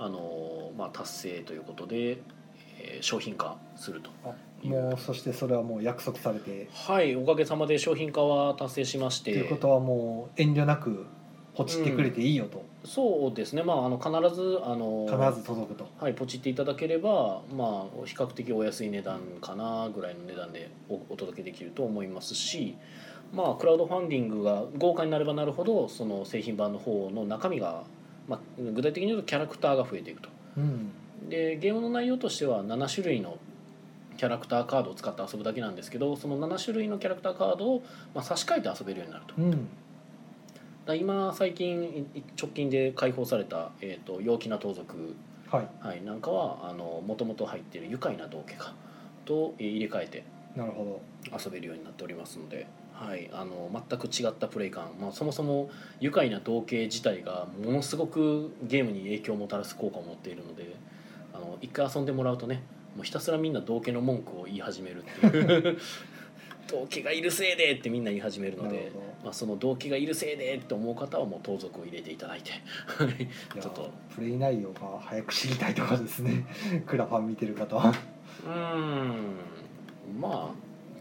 C: あのーまあ、達成ということで、えー商品化すると
B: あ
C: いい
B: もうそしてそれはもう約束されて
C: はいおかげさまで商品化は達成しまして
B: ということはもう遠慮なくポチってくれていいよと、
C: そうですねまああの必ずあの
B: 必ず届くと
C: はい、ポチっていただければ、まあ、比較的お安い値段かなぐらいの値段でおお届けできると思いますし、まあ、クラウドファンディングが豪華になればなるほどその製品版の方の中身が、まあ、具体的に言うとキャラクターが増えていくと
B: うん
C: でゲームの内容としては7種類のキャラクターカードを使って遊ぶだけなんですけどその7種類のキャラクターカードを、まあ、差し替えて遊べるようになると
B: うん
C: だ今最近い直近で解放された、えー、と陽気な盗賊
B: はい
C: はい、なんかはもともと入っている愉快な道家かとえー入れ替えて
B: なるほ
C: 遊べるようになっておりますので、はい、あの全く違ったプレイ感、まあ、そもそも愉快な道家自体がものすごくゲームに影響をもたらす効果を持っているのであの一回遊んでもらうとねもうひたすらみんな道家の文句を言い始めるっていう 道家がいるせいでってみんな言い始める
B: ど
C: の
B: なる
C: で
B: ほ。ど
C: まあ、その動機がいるせいでって思う方はもう盗賊を入れていただいて
B: いや
C: ちょっと
B: プレイ内容が早く知りたいとかです ねクラファン見てる方は
C: うーんま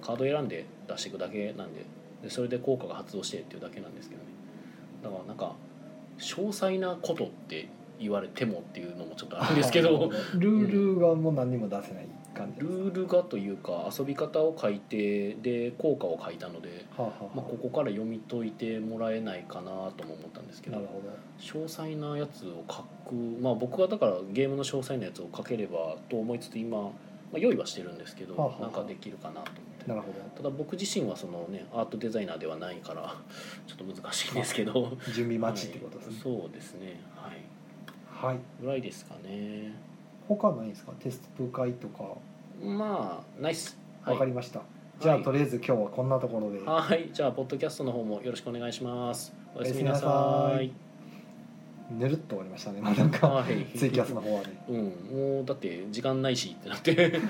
C: あカード選んで出していくだけなんででそれで効果が発動してっていうだけなんですけどねだからなんか詳細なことって言われてもっていうのもちょっ とあるんですけど
B: ルールがもう何にも出せない感じです
C: ルールがというか遊び方を書いてで効果を書いたので、
B: はあはあはあ
C: まあ、ここから読み解いてもらえないかなとも思ったんですけ
B: な
C: ど
B: るほど
C: 詳細なやつを書くまあ僕はだからゲームの詳細なやつを書ければと思いつつ今、まあ、用意はしてるんですけど、
B: はあはあ
C: なんかできるかなと思って。
B: なるほ
C: ただ僕自身はそのねアートデザイナーではないから ちょっと難しいんですけど
B: ど準備待ちってことですね
C: はいそうですねはい
B: はい、
C: ぐらいですかね
B: 他ないですかテスト会とか
C: まあナイスは
B: わ
C: い
B: かりました、じゃあ、
C: はい
B: とりあえず今日はこんなところで
C: はいじゃあポッドキャストの方もよろしくお願いしますおやすみな
B: お
C: さ
B: やす
C: い
B: ぬるっと終わりましたね、まあ、なんか
C: はい
B: ツイキャスの方はね
C: うんもうだって時間ないしってなって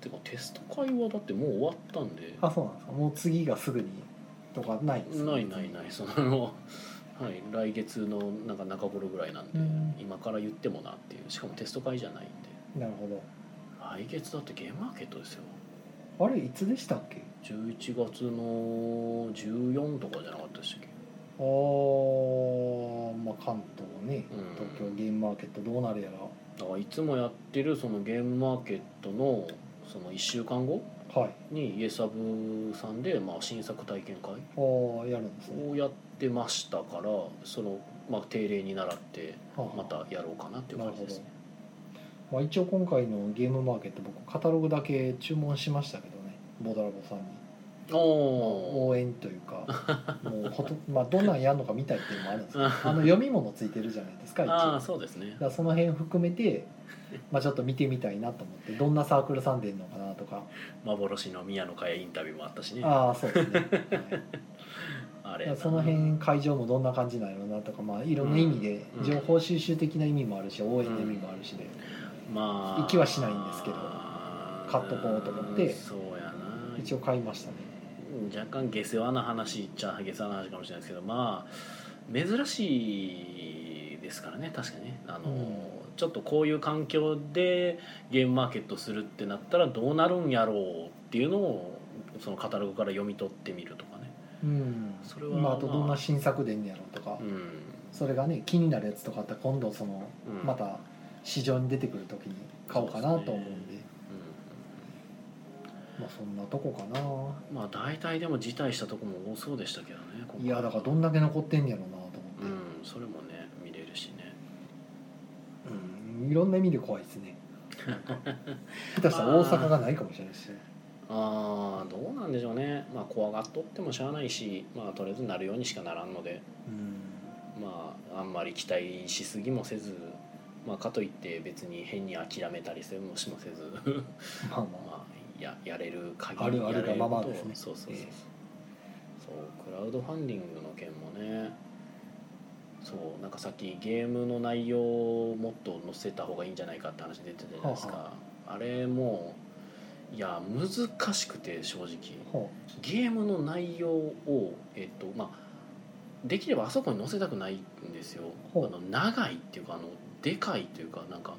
C: てかテスト会はだってもう終わったんで
B: あそうなんですかもう次がすぐにとかないですね
C: ないないないそのはい来月のなんか中頃ぐらいなんで、
B: うん
C: 今から言ってもなっていうしかもテスト会じゃないんで
B: なるほ
C: 来月だってゲームマーケットですよ
B: どあれいつでしたっけ
C: 11月の14とかじゃなかったでしたっけ
B: あーまあ関東ね
C: うん
B: 東京ゲームマーケットどうなるやら
C: だからいつもやってるそのゲームマーケットのその1週間後
B: はい
C: にイエサブさんでまあ新作体験会
B: ああやるんですね
C: をやってましたからそのまあ定例に習って
B: はあ
C: またやろうかなっていう感じですね
B: まあ、一応今回のゲームマーケット僕カタログだけ注文しましたけどねボドラボさんに
C: おお
B: 応援というかもうほと、 まあ、どんなんやるのか見たいっていうのもある んですけどあの読み物ついてるじゃないですか一応
C: ああ
B: だか
C: そうですね
B: らその辺含めて、まあ、ちょっと見てみたいなと思ってどんなサークルさんでんのかなとか
C: 幻の宮野佳代インタビューもあったしねあ
B: ああそうで すね、はい
C: れ
B: だからその辺会場もどんな感じなんやろうなとか、まあ、いろんな意味で
C: うん
B: 情報収集的な意味もあるし応援の意味もあるしで、
C: まあ
B: 行きはしないんですけど買っとこうと思って
C: そうやな
B: 一応買いましたね
C: 若干下世話な話っちゃ下世話な話かもしれないですけどまあ珍しいですからね確かにねあの、
B: うん
C: ちょっとこういう環境でゲームマーケットするってなったらどうなるんやろうっていうのをそのカタログから読み取ってみるとかね
B: うん
C: それは
B: まあ、あとどんな新作でんねやろうとか、
C: うん、
B: それがね気になるやつとかあったら今度その
C: うん、
B: また市場に出てくる時に買おうかなと思うんでまあ、そんなとこかな
C: うん、まあ大体でも辞退したとこも多そうでしたけどね今回
B: いやだからどんだけ残ってんねやろうなと
C: う
B: 思っ
C: ん
B: て、
C: それもね見れるしね
B: うんいろんな意味で怖いです ねなんか下手したら大阪がないかもしれないし
C: ああどうなんでしょうねまあ怖がっとってもしゃあないしまあとりあえずなるようにしかならんので
B: うん
C: まああんまり期待しすぎもせずまあかといって別に変に諦めたりせもしもせず
B: まあまあ
C: まあややれる限り
B: あるある
C: やれ
B: がまま
C: ことを
B: ですね
C: そうそうそう、
B: ええ
C: そうクラウドファンディングの件もねそうなんかさっきゲームの内容をもっと載せた方がいいんじゃないかって話出てたじゃないですか、
B: は
C: あれもいや難しくて正直
B: ほ
C: ゲームの内容をえっとまあできればあそこに載せたくないんですよあ
B: ほう
C: の長いっていうかあのでかいというかなんか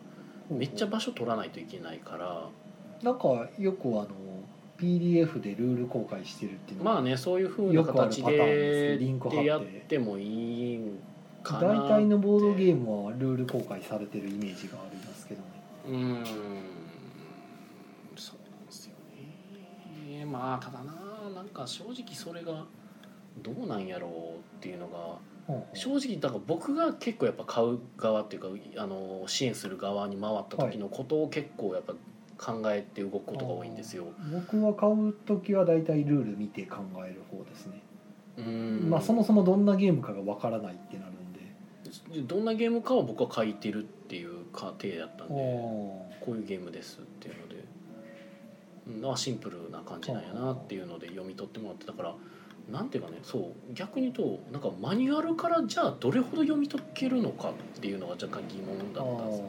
B: う
C: めっちゃ場所取らないといけないから
B: なんかよくあの PDF でルール公開してるっていうの
C: まあねそういうふうな形
B: よくあるパターンで
C: です
B: リンク貼って
C: でやってもいいんかな
B: 大体のボードゲームはルール公開されてるイメージがありますけどね
C: うーんそうなんですよねまあただななんか正直それがどうなんやろうっていうのが
B: ほうほう
C: 正直だから僕が結構やっぱ買う側っていうかあの支援する側に回った時のことを結構やっぱ考えて動くことが多いんですよ。
B: 僕は買う時は大体ルール見て考える方ですね、
C: うーん
B: まあそもそもどんなゲームかがわからないってなるんで、
C: どんなゲームかを僕は書いてるっていう過程だったんで
B: お
C: こういうゲームですっていうので、うん、あシンプルな感じなんやなっていうので読み取ってもらってだからなんていうかねそう逆に言うとなんかマニュアルからじゃあどれほど読み解けるのかっていうのが若干疑問だったんです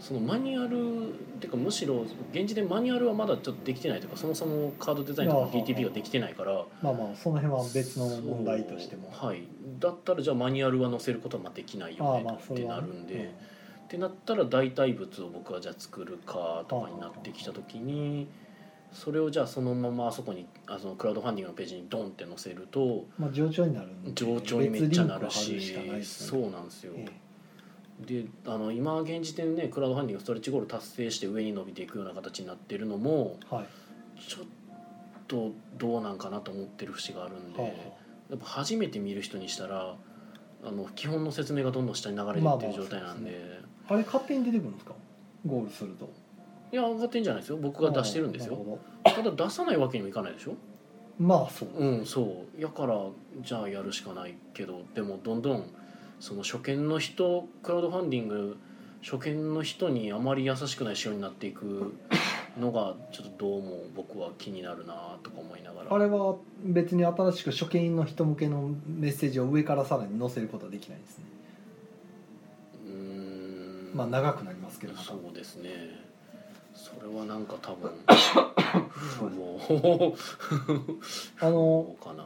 C: そのマニュアルっていうかむしろ現時点マニュアルはまだちょっとできてないというかそもそもカードデザインと
B: あ
C: か
B: ー
C: GTP ができてないから
B: まあまあその辺は別の問題としても
C: そうはいだったらじゃあマニュアルは載せることはまあできないよ
B: ああ
C: ね
B: まあ
C: っ
B: そ
C: て
B: れ
C: な
B: は
C: る
B: ね
C: んで、ってなったら代替物を僕はじゃあ作るかとかになってきた時にそれをじゃあそのままあそこにあそのクラウドファンディングのページにドンって載せると
B: うんまあ冗長になるんで
C: 上長にめっちゃなるし
B: 別リンク貼るしかないです
C: そ
B: ね
C: うなんですよ
B: え
C: であの今現時点でクラウドファンディングストレッチゴール達成して上に伸びていくような形になってるのも
B: はい
C: ちょっとどうなんかなと思ってる節があるんで、
B: は
C: やっぱ初めて見る人にしたらあの基本の説明がどんどん下に流れて
B: まあ
C: っ
B: ま
C: て
B: あ
C: る状態なんで,、
B: ああれ勝手に出てくるんですかゴールすると
C: いや上がってんじゃないですよ僕が出してるんです
B: な
C: よ
B: ほ
C: ただ出さないわけにもいかないでしょ
B: どまあそう
C: うんそうやからじゃあやるしかないけどでもどんどんその初見の人クラウドファンディング初見の人にあまり優しくない仕様になっていくのがちょっとどうも僕は気になるなとか思いながら
B: あれは別に新しく初見の人向けのメッセージを上からさらに載せることはできないですね
C: うーん
B: まあ長くなりますけどまた
C: そうですねそれはなんか多分
B: そうで
C: も
B: すあの
C: うかな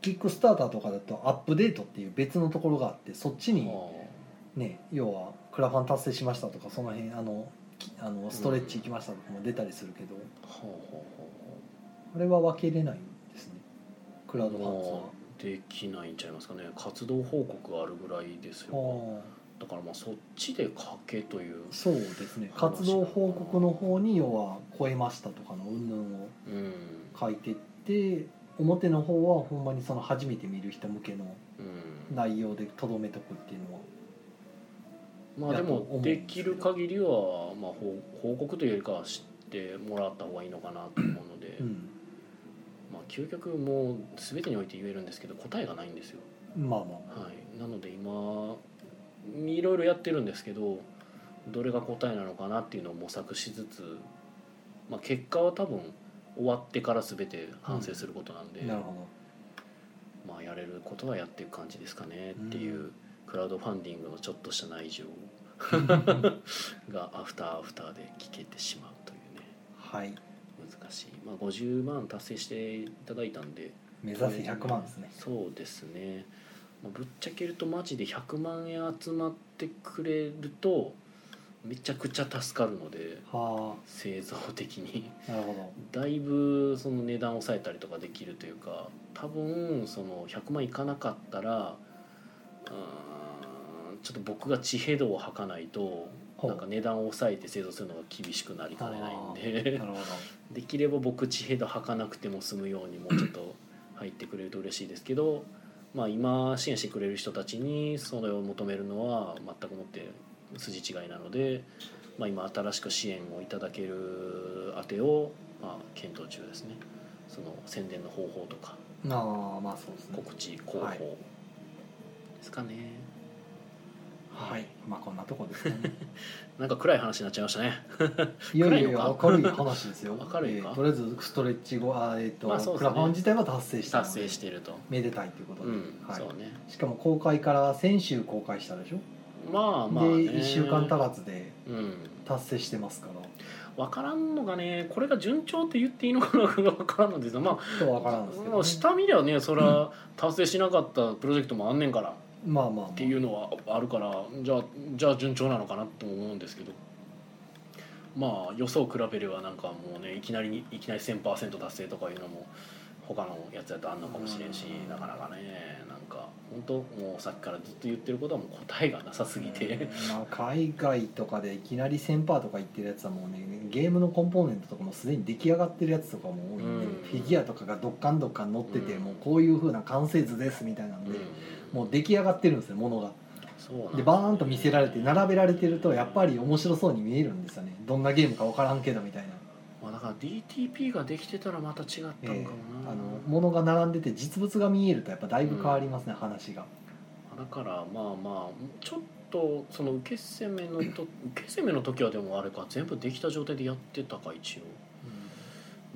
B: キックスターターとかだとアップデートっていう別のところがあってそっちに
C: は
B: ね要はクラファン達成しましたとかその辺あのきあのストレッチ行きましたとかも出たりするけど、
C: あはあは
B: あれは分けれないんですねクラウドフ
C: あはあ
B: ァンズは
C: まあできないんちゃいますかね活動報告あるぐらいです
B: あ
C: よ
B: ー
C: だからまあそっちで書けという
B: そうですね活動報告の方に要は超えましたとかの云々を
C: うん
B: 書いてって表の方はほんまにその初めて見る人向けの
C: うん
B: 内容でとどめとくっていうのは
C: まあで
B: やと思う
C: も
B: ん
C: で
B: です
C: き
B: けど
C: る限りはまあ報報告というよりかは知ってもらった方がいいのかなと思うので、
B: うん
C: まあ究極もう全てにおいて言えるんですけど答えがないんですよ
B: まあまあ
C: はい、なので今いろいろやってるんですけどどれが答えなのかなっていうのを模索しつつ、まあ、結果は多分終わってから全て反省することなんで、
B: なるほ
C: まあ、やれることはやっていく感じですかねっていう、
B: う
C: クラウドファンディングのちょっとした内情がアフターアフターで聞けてしまうというね
B: どはい
C: 難しい、まあ、50万達成していただいたんで
B: 目指せ100万ですね
C: そうですね、まあぶっちゃけるとマジで100万円集まってくれるとめちゃくちゃ助かるので
B: は
C: 製造的に
B: あなるほ
C: だいぶその値段を抑えたりとかできるというか多分その100万いかなかったらうーんちょっと僕が地平道を吐かないと
B: ほう
C: なんか値段を抑えて製造するのが厳しくなりかねないん
B: ど
C: で
B: なるほど
C: できれば僕地平道履かなくても済むようにもうちょっと入ってくれると嬉しいですけど、まあ、今支援してくれる人たちにそれを求めるのは全くもって筋違いなので、まあ、今新しく支援をいただけるあてを、まあ、検討中ですねその宣伝の方法とか
B: ああまあそうですね
C: 告知広報
B: はい
C: ですかね、
B: はいまあこんなとこですね
C: なんか暗い話になっちゃいましたね
B: いやい
C: 暗
B: やい
C: いの
B: や
C: か
B: 明るい話ですよ
C: 明るい
B: え
C: か
B: ーとりあえずストレッチ後あーえっと
C: まあそうですね
B: クラファン自体は達成したので
C: 達成していると、
B: めでたいということ
C: う
B: で、
C: ん
B: はい
C: そうね
B: しかも公開から先週公開したでしょ、
C: まあまあ、ね、
B: で1週間足らずで
C: うん
B: 達成してますから
C: 分からんのがねこれが順調って言っていいのかな かが分からんのですがま
B: ちょっとわからんですけど、
C: あ下見りゃねそれは達成しなかったプロジェクトもあんねんからっ
B: まあまあ、まあ、
C: ていうのはあるからじゃあじゃあ順調なのかなとも思うんですけどまあ予想比べればなんかもうねいきなりにいきなり1000%達成とかいうのも他のやつやとあんのかもしれんし
B: うん
C: なかなかねなんか本当もうさっきからずっと言ってることはもう答えがなさすぎて
B: まあ、海外とかでいきなり1000%とか言ってるやつはもうねゲームのコンポーネントとかもすでに出来上がってるやつとかも多いんで、
C: うん
B: フィギュアとかがどっかんどっかん乗ってて、
C: うん
B: もうこういう風な完成図ですみたい なんで、もう出来上がってるんですよものが
C: そうなんすね
B: でバーンと見せられて並べられてるとやっぱり面白そうに見えるんですよねどんなゲームか分からんけどみたいな
C: まあ、だから DTP ができてたらまた違ったのかもな、
B: ええあの物が並んでて実物が見えるとやっぱだいぶ変わりますね、話が
C: だからまあまあちょっとその受け攻めのと受け攻めの時はでもあれか全部できた状態でやってたか一応、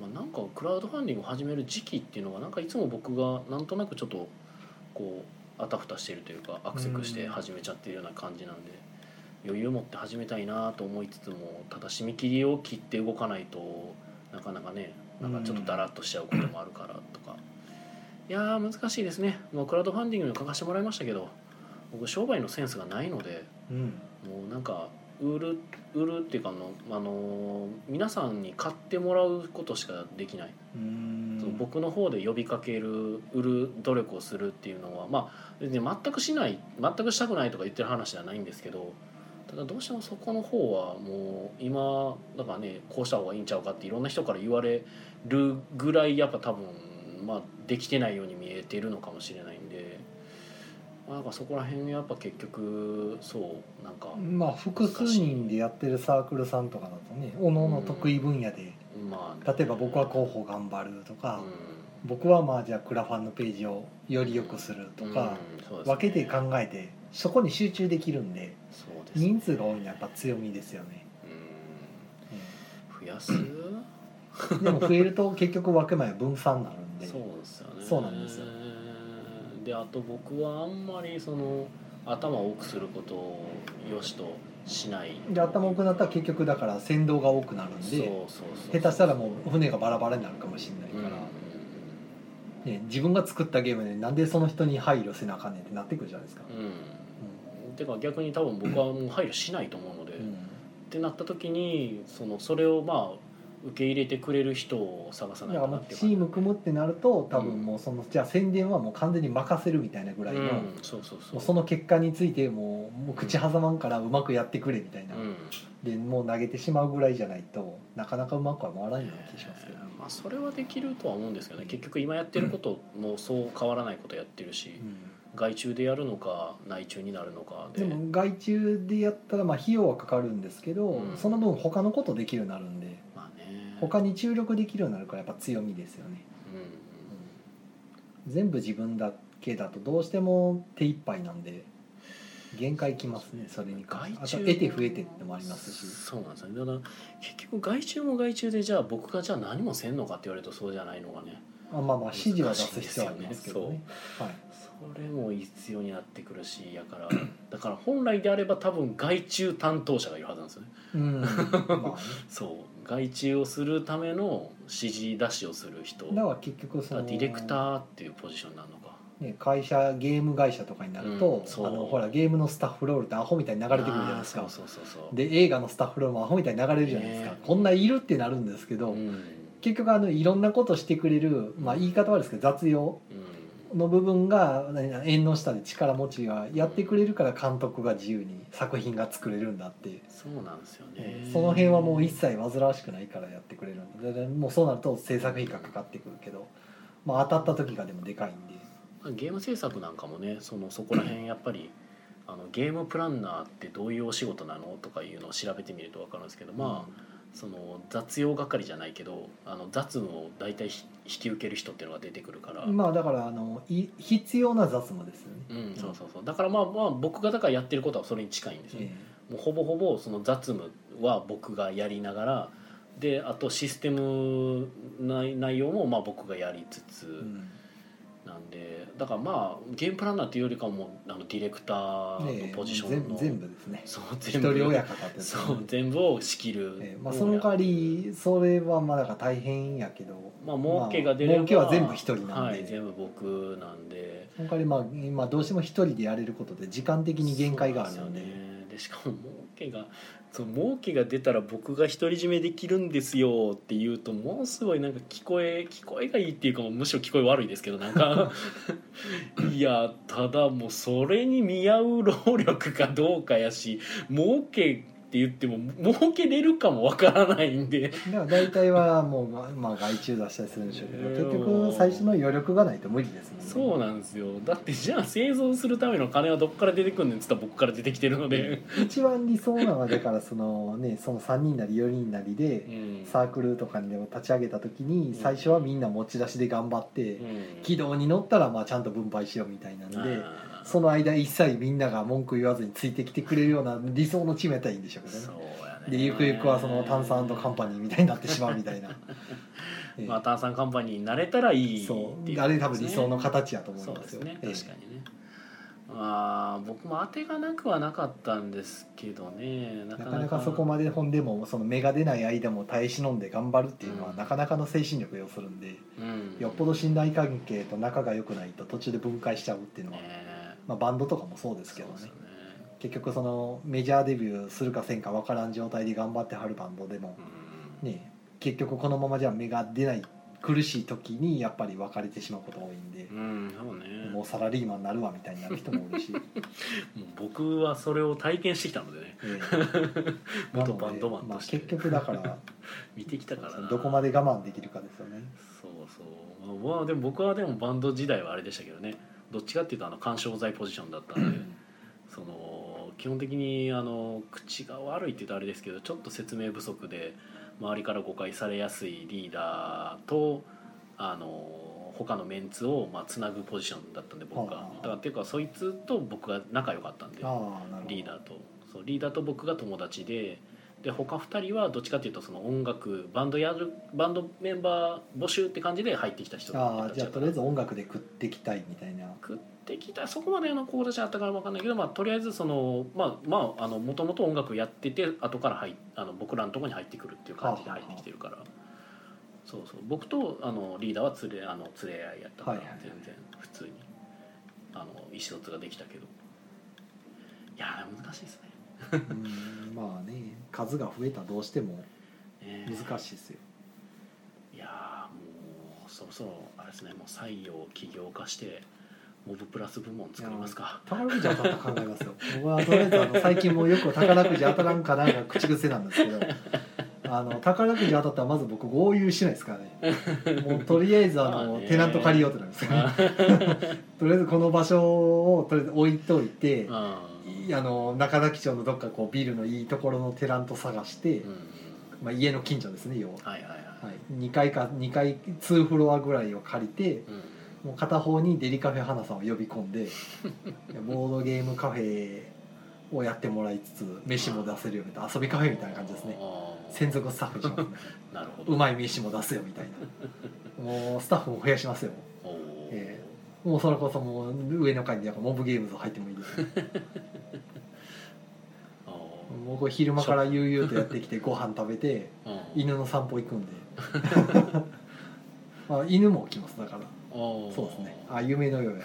C: まあ、なんかクラウドファンディングを始める時期っていうのがなんかいつも僕がなんとなくちょっとこうあたふたしてるというかアクセクして始めちゃってるような感じなんで、余裕を持って始めたいなと思いつつもただ締め切りを切って動かないとなかなかねなんかちょっとだらっとしちゃうこともあるからとか、いやー難しいですねもうクラウドファンディングにも書かせてもらいましたけど僕商売のセンスがないので
B: うん
C: もうなんか売る売るっていうかあの、あのー皆さんに買ってもらうことしかできない、
B: うん
C: そう僕の方で呼びかける売る努力をするっていうのはまあ別に全くしない全くしたくないとか言ってる話じゃないんですけどただどうしてもそこの方はもう今だからねこうした方がいいんちゃうかっていろんな人から言われるぐらいやっぱ多分まあできてないように見えてるのかもしれないんで。まあなんかそこら辺やっぱ結局そうなんか
B: まあ複数人でやってるサークルさんとかだとねおのの得意分野で
C: まあ
B: 例えば僕は広報頑張ると
C: う
B: か、
C: ん
B: 僕はまあじゃあクラファンのページをより良くすると
C: う
B: か、
C: んそうですね
B: 分けて考えてそこに集中できるんで
C: そうですね
B: 人数が多いのはやっぱ強みですよね、
C: うん
B: う
C: 増やす
B: んでも増えると結局分け前は分散になるんで
C: そうですよね
B: そうなんですよ
C: であと僕はあんまりその頭を多くすることを良しとしない
B: で頭多くなったら結局だから船頭が多くなるん
C: そう
B: で
C: そうそう
B: 下手したらもう船がバラバラになるかもしれ
C: うん
B: ないから、ね、自分が作ったゲームでなんでその人に配慮せなあかんねんってなってくるじゃないですか、
C: うんてか逆に多分僕はもう配慮しないと思うので、
B: うん
C: ってなった時にそのそれをまあ受け入れてくれる人を探さ
B: だ
C: ない
B: から
C: と
B: も
C: なっ
B: う
C: ていう
B: チ
C: 感じ
B: ーム組むってなると多分もうその、じゃあ宣伝はもう完全に任せるみたいなぐらいの、
C: うん、そうそうそ
B: も
C: う
B: うその結果についてもうもう口挟まんからうまくやってくれみたいな、
C: うん
B: でもう投げてしまうぐらいじゃないとなかなかうまくは回らないような気しますけど、
C: まあ、それはできるとは思うんですけどね結局今やってることもそう変わらないことやってるし、外注でやるのか内注になるのかで
B: でも外注でやったらまあ費用はかかるんですけど、
C: うん
B: その分他のことできるようになるんで
C: まあね
B: 他に注力できるようになるからやっぱ強みですよね
C: うん
B: 全部自分だけだとどうしても手一杯なんで限界きますねそれに関してあと
C: 外注
B: 得て増えてってもありますし
C: そうなんですよねだから結局外注も外注でじゃあ僕がじゃあ何もせんのかって言われるとそうじゃないのがね
B: あまあまあ指示は出す必要はありますけどねはい
C: それも必要になってくるしやからだから本来であれば多分外注担当者がいるはずなんですよね
B: うんまあ
C: そう外注をするための指示出しをする人
B: ねだから結局
C: だか
B: そ
C: ら
B: の
C: ディレクターっていうポジションになるのか
B: ね、会社ゲーム会社とかになる
C: う
B: と
C: ん、そう
B: あのほらゲームのスタッフロールってアホみたいに流れてくるじゃないです
C: あ
B: か
C: ーそうそうそうそう
B: で映画のスタッフロールもアホみたいに流れるじゃないですか、
C: ね
B: こんないるってなるんですけど、
C: うんうん
B: 結局あのいろんなことしてくれる、まあ、言い方はですけど雑用の部分が何々縁の下で力持ちがやってくれるから監督が自由に作品が作れるんだっていう。
C: そうなんですよね
B: その辺はもう一切煩わしくないからやってくれるんだでもうそうなると制作費がかかってくるけど、まあ、当たった時がでもでかいんで
C: ゲーム制作なんかもねそのそこら辺やっぱりあのゲームプランナーってどういうお仕事なのとかいうのを調べてみると分かるんですけどまあ、その雑用係じゃないけどあの雑務を大体ひ引き受ける人っていうのが出てくるから、
B: まあだからあのい必要な雑務ですよね。
C: うん、そうそうそうだからまあまあ僕がだからやってることはそれに近いんですよね、もうほぼほぼその雑務は僕がやりながらであとシステム内内容もまあ僕がやりつつ、
B: うん
C: なんでだからまあゲームプランナーっていうよりかはもうあのディレクター
B: ね
C: の
B: え
C: ポジションの、
B: 全全部ですね。
C: そう
B: 一
C: 全部
B: 人親方ってやつ
C: そ
B: ね
C: う全部を仕切る、
B: ええまあその代わりそれはまあだから大変やけど、
C: まあ儲けが出れば、
B: まあ儲けは全部一人なんで
C: はい、全部僕なんで
B: その代わりまあ今どうしても一人でやれることで時間的に限界がある
C: そう
B: の
C: ん
B: で、
C: ですよねでしかも儲けがその儲けが出たら僕が独り占めできるんですよって言うともうすごいなんか聞こえ聞こえがいいっていうかもうむしろ聞こえ悪いですけどなんかいやただもうそれに見合う労力かどうかやし儲けって言っても儲けれるかもわからないんで
B: だから大体はもうまあまあ外注出したりするんでしょうけど
C: ええ
B: 結局最初の余力がないと無理ですもんね。
C: そうなんですよだってじゃあ製造するための金はどっから出てくんねんっつったら僕から出てきてるので、
B: 一番理想なのはだからそのねその3人なり4人なりで。
C: うん
B: サークルとかにでも立ち上げた時に
C: うん
B: 最初はみんな持ち出しで頑張って
C: うん
B: 軌道に乗ったらまあちゃんと分配しようみたいなんで
C: あー
B: その間一切みんなが文句言わずについてきてくれるような理想のチームやったらいいんでしょうけど
C: そ
B: ね
C: うやね
B: でゆくゆくはその炭酸カンパニーみたいになってしまうみ たいな、ええ
C: まあ、炭酸カンパニーになれたらいいって
B: そ
C: いう
B: うあれ多分理想の形やと思い
C: そう
B: ま
C: ですす
B: よ
C: ね
B: ええ
C: 確かにね、まあ僕も当てがなくはなかったんですけどねな
B: なかなかそこまで本でもその芽が出ない間も耐え忍んで頑張るっていうのは
C: うん
B: なかなかの精神力を要するんで
C: うん
B: よっぽど信頼関係と仲が良くないと途中で分解しちゃうっていうのは
C: ね
B: まあ、バンドとかもそうです
C: そ
B: け
C: う
B: ど
C: です
B: ね
C: よね
B: 結局そのメジャーデビューするかせんか分からん状態で頑張ってはるバンドでも、
C: うん
B: ね結局このままじゃ芽が出ない苦しい時にやっぱり別れてしまうことが多いんで
C: う、んそうね
B: もうサラリーマンになるわみたいになる人 もおるし、
C: もう僕はそれを体験してきたのでね
B: ええ
C: 元バンドマン
B: まあ、
C: として
B: 結局だから
C: 見てきたからな
B: どこまで我慢できるかですよね
C: そうそうまあ、まあでも僕はでもバンド時代はあれでしたけどねどっちかっていうとあの緩衝材ポジションだったんでその基本的にあの口が悪いって言うとあれですけどちょっと説明不足で周りから誤解されやすいリーダーとあの他のメンツをまあつなぐポジションだったんで僕
B: はあ
C: が
B: はあ
C: だからっていうかそいつと僕が仲良かったんで
B: ああなるほど
C: リーダーとそうリーダーと僕が友達でで他2人はどっちかっていうとその音楽バンドやるバンドメンバー募集って感じで入ってきた人
B: あ
C: た
B: あ
C: ち
B: じゃ
C: だか
B: あと
C: ら
B: りあえず音楽で食ってきたいみた いな
C: 食ってきたそこまでの志あったから分かんないけど、まあ、とりあえずそのまあまああのもともと音楽やってて後から入っあの僕らのとこに入ってくるっていう感じで入ってきてるから。そうそう僕とあのリーダーは連れあの連れ合いやったから、
B: はいはいはい
C: 全然普通にあの意思疎通ができたけどいやー難しいですね
B: うーんまあね数が増えたらどうしても
C: ねえ
B: 難しいですよ
C: いやーもうそろそろあれですねもう採用起業化してモブプラス部門作りますか
B: 宝くじ当たったら考えますよ僕はとりあえずあの最近もよく宝くじ当たらんかなんか口癖なんですけどあの宝くじ当たったらまず僕豪遊しないですからねもうとりあえずあ
C: まあ
B: の
C: ね
B: テナント借りようってなるんですよとりあえずこの場所をとりあえず置いとい て、
C: うん
B: いいあの中崎町のどっかこうビルのいいところのテナント探して、
C: うん
B: まあ、家の近所ですね要は、
C: はいはいはい、
B: はい、2階か2階2フロアぐらいを借りて
C: うん
B: もう片方にデリカフェ花さんを呼び込 んでボードゲームカフェをやってもらいつつ飯も出せるよみたいな遊びカフェみたいな感じですね
C: あー
B: 専属スタッフにしますね
C: なるほど
B: うまい飯も出すよみたいなもうスタッフも増やしますよ
C: おー
B: えもうそれこそもう上の階になんかモブゲームズ入ってもいいですよ
C: あー
B: 僕昼間から悠々とやってきてご飯食べて
C: うん
B: 犬の散歩行く んでまあ犬も来ますだから
C: あー
B: そうですねあ夢のようや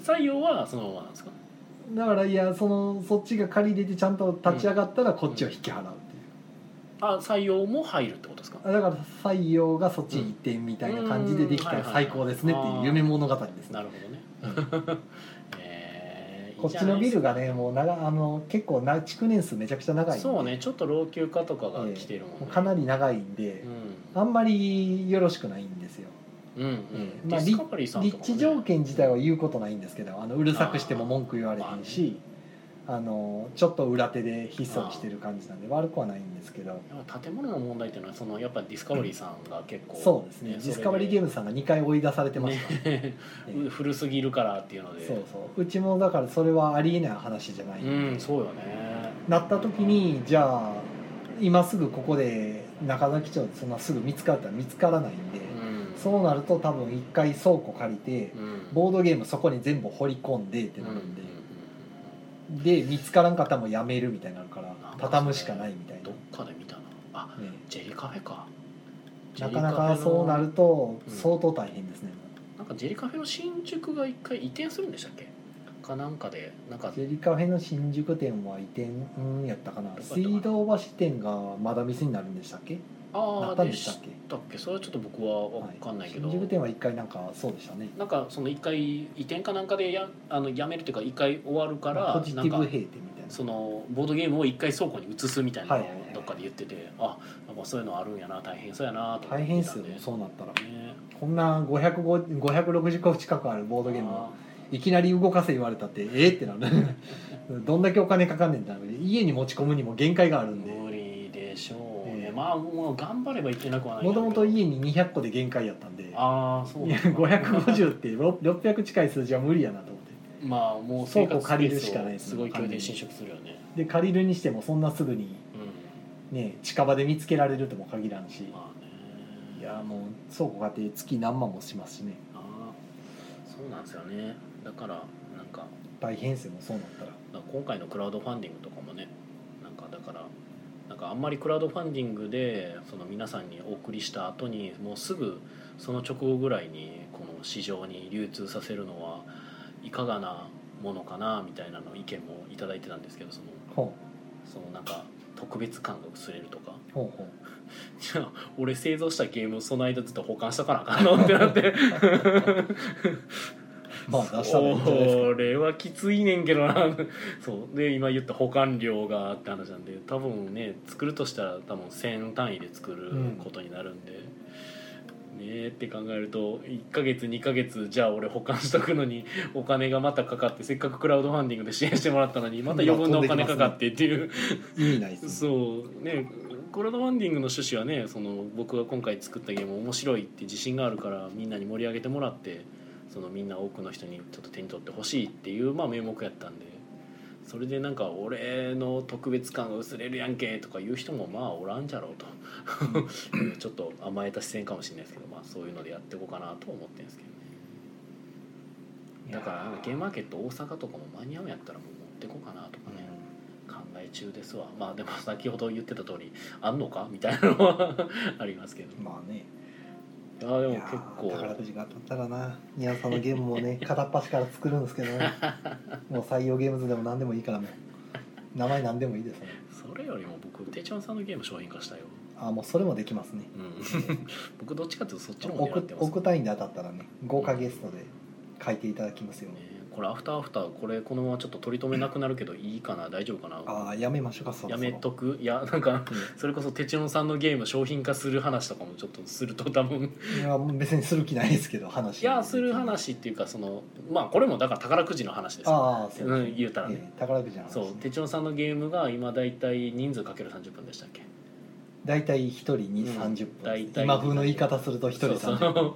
C: 採用はそのままなんですか
B: だからいやそのそっちが借り入れてちゃんと立ち上がったらこっちを引き払うっていう、
C: あ採用も入るってことですか
B: あだから採用がそっちに移転みたいな感じでできたら最高ですねっていう夢物語ですね
C: なるほどね えーいい
B: こっ
C: じ
B: ち
C: ゃな
B: の
C: いで
B: ビ
C: すか
B: ルがねもう長あの結構な築年数めちゃくちゃ長いんで
C: そうねちょっと老朽化とかが来てるもんね、
B: もうかなり長いんで
C: う、
B: あんまりよろしくないんですよ
C: んうん
B: え
C: う
B: え
C: ん
B: まあ
C: ディスカバリーさんとか
B: 立
C: もね
B: 地条件自体は言うことないんですけどあのうるさくしても文句言われへんしあのちょっと裏手でひっそりしてる感じなんで悪くはないんですけど
C: 建物の問題っていうのはそのやっぱディスカバリーさんが結構、
B: そうですねディスカバリーゲー
C: ム
B: ムズさんが2回追い出されてましたね
C: ね 古すぎるからっていうので
B: そうそううちもだからそれはありえない話じゃない、
C: うんそうよね
B: なった時にじゃあ今すぐここで中崎町でそんなすぐ見つかったら見つからないんで、
C: うん
B: そうなると多分1回倉庫借りて
C: うん
B: ボードゲームそこに全部掘り込んでってなるんで、
C: うん
B: で見つからんかったらもうやめるみたいになるから
C: なんかそれ
B: 畳むしかないみたいな
C: ど、っかで見たなあ
B: ね、
C: ジェリカフェか
B: なかなかそうなると
C: うん
B: 相当大変ですね、
C: なんかジェリカフェの新宿が一回移転するんでしたっけかなんかでなんか
B: ジェリカフェの新宿店は移転うんやったかな
C: かったか
B: 水道橋店がまだ店になるんでしたっけな
C: あ
B: っ
C: あ
B: たん
C: で
B: でし
C: したた
B: っ
C: っ
B: け
C: けそれはちょっと僕は分かんないけど、
B: は新宿店は一回なんかそうでしたね
C: なんかその一回移転かなんかでやあのやめるというか一回終わるから、
B: まあポジテ
C: な
B: ィブ
C: んか
B: 閉店みたいな
C: そのボードゲームを一回倉庫に移すみたいなのを
B: はいはいはい
C: どっかで言ってて、あやっぱそういうのあるんやな大変そうやなと思
B: 大
C: って
B: 変
C: い
B: で
C: た
B: す
C: ん
B: よ
C: で
B: ねそうなったら
C: ね
B: こんな550 560個近くあるボードゲームをいきなり動かせ言われたってえー、ってなる どんだけお金かかんねんってなる家に持ち込むにも限界があるんで
C: 無理でしょうね、
B: ええ
C: まあもう頑張ればいけなくはない
B: もともと
C: い
B: 家に200個で限界やったんで
C: ああそう
B: いや550って600近い数字は無理やなと思って
C: まあもう生
B: 倉
C: 活
B: 庫
C: スペ
B: 借り
C: ー
B: る
C: ス
B: しかな
C: を
B: いです
C: す
B: ね
C: ごい距離で侵食するよね、
B: で借りるにしてもそんなすぐに、
C: う
B: ね、近場で見つけられるとも限らんし
C: ん、まあね
B: いやもう倉庫買って月何万もしますしね
C: ああそうなんですよねだからなんか
B: 大変ですよもうそうなったら
C: なんか今回のクラウドファンディングとかもねなんかだからなんかあんまりクラウドファンディングでその皆さんにお送りした後にもうすぐその直後ぐらいにこの市場に流通させるのはいかがなものかなみたいなの意見もいただいてたんですけどその
B: ほ
C: そのなんか特別感が薄れるとか
B: ほうほ
C: じゃあ俺製造したゲームその間ずっと保管したからあかんのってなって
B: うまあ出したらいいんじゃないですか
C: それはきついねんけどなそうで今言った保管料がって話なんで多分ね作るとしたら多分1000単位で作ることになるんで、ねえって考えると1ヶ月2ヶ月じゃあ俺保管しとくのにお金がまたかかってせっかくクラウドファンディングで支援してもらったのにまた余分なお金かかってっていう
B: 意味ないですね
C: そうねクラウドファンディングの趣旨はねその僕が今回作ったゲーム面白いって自信があるからみんなに盛り上げてもらってそのみんな多くの人にちょっと手に取ってほしいっていう、まあ、名目やったんでそれでなんか俺の特別感が薄れるやんけとか言う人もまあおらんじゃろうと ちょっと甘えた視線かもしれないですけど、まあ、そういうのでやっていこうかなと思ってるんですけどねだからなんかゲームマーケット大阪とかも間に合うんやったらもう持ってこうかなとかね、考え中ですわまあでも先ほど言ってた通りあんのかみたいなのは ありますけど
B: うんまあね
C: いやで
B: い
C: も
B: や
C: 結
B: ー
C: 構
B: 宝くじが当たったらな宮さんのゲーム もね片っ端から作るんですけどねもう採用ゲームズでも何でもいいからもう名前何でもいいですね
C: それよりも僕てちゃんさんのゲーム商品化したよ、
B: あもうそれもできます ね
C: うん僕どっちかっていうとそっちの方狙
B: 億
C: ってます
B: 億単位で当たったらね豪華ゲストで書いていただきますよ、
C: ねこれアフターアフターこれこのままちょっと取り留めなくなるけどいいかな大丈夫かな
B: ああやめましょうかそろ
C: や
B: そろ
C: めとくいやなんか
B: う
C: それこそてちゃんさんのゲーム商品化する話とかもちょっとすると多 分
B: んいやもう別にする気ないですけど話
C: いやする話っていうかそのまあこれもだから宝くじの話ですよ
B: ああそうう、
C: ん言うたらね
B: ええ宝くじの話、ね、
C: そう手帳さんのゲームが今大体人数かける30分でしたっけ
B: 大体一人に
C: うん
B: 30
C: 大
B: 分、
C: 体
B: 今風の言い方すると一人
C: そう
B: 30
C: そ
B: 分
C: う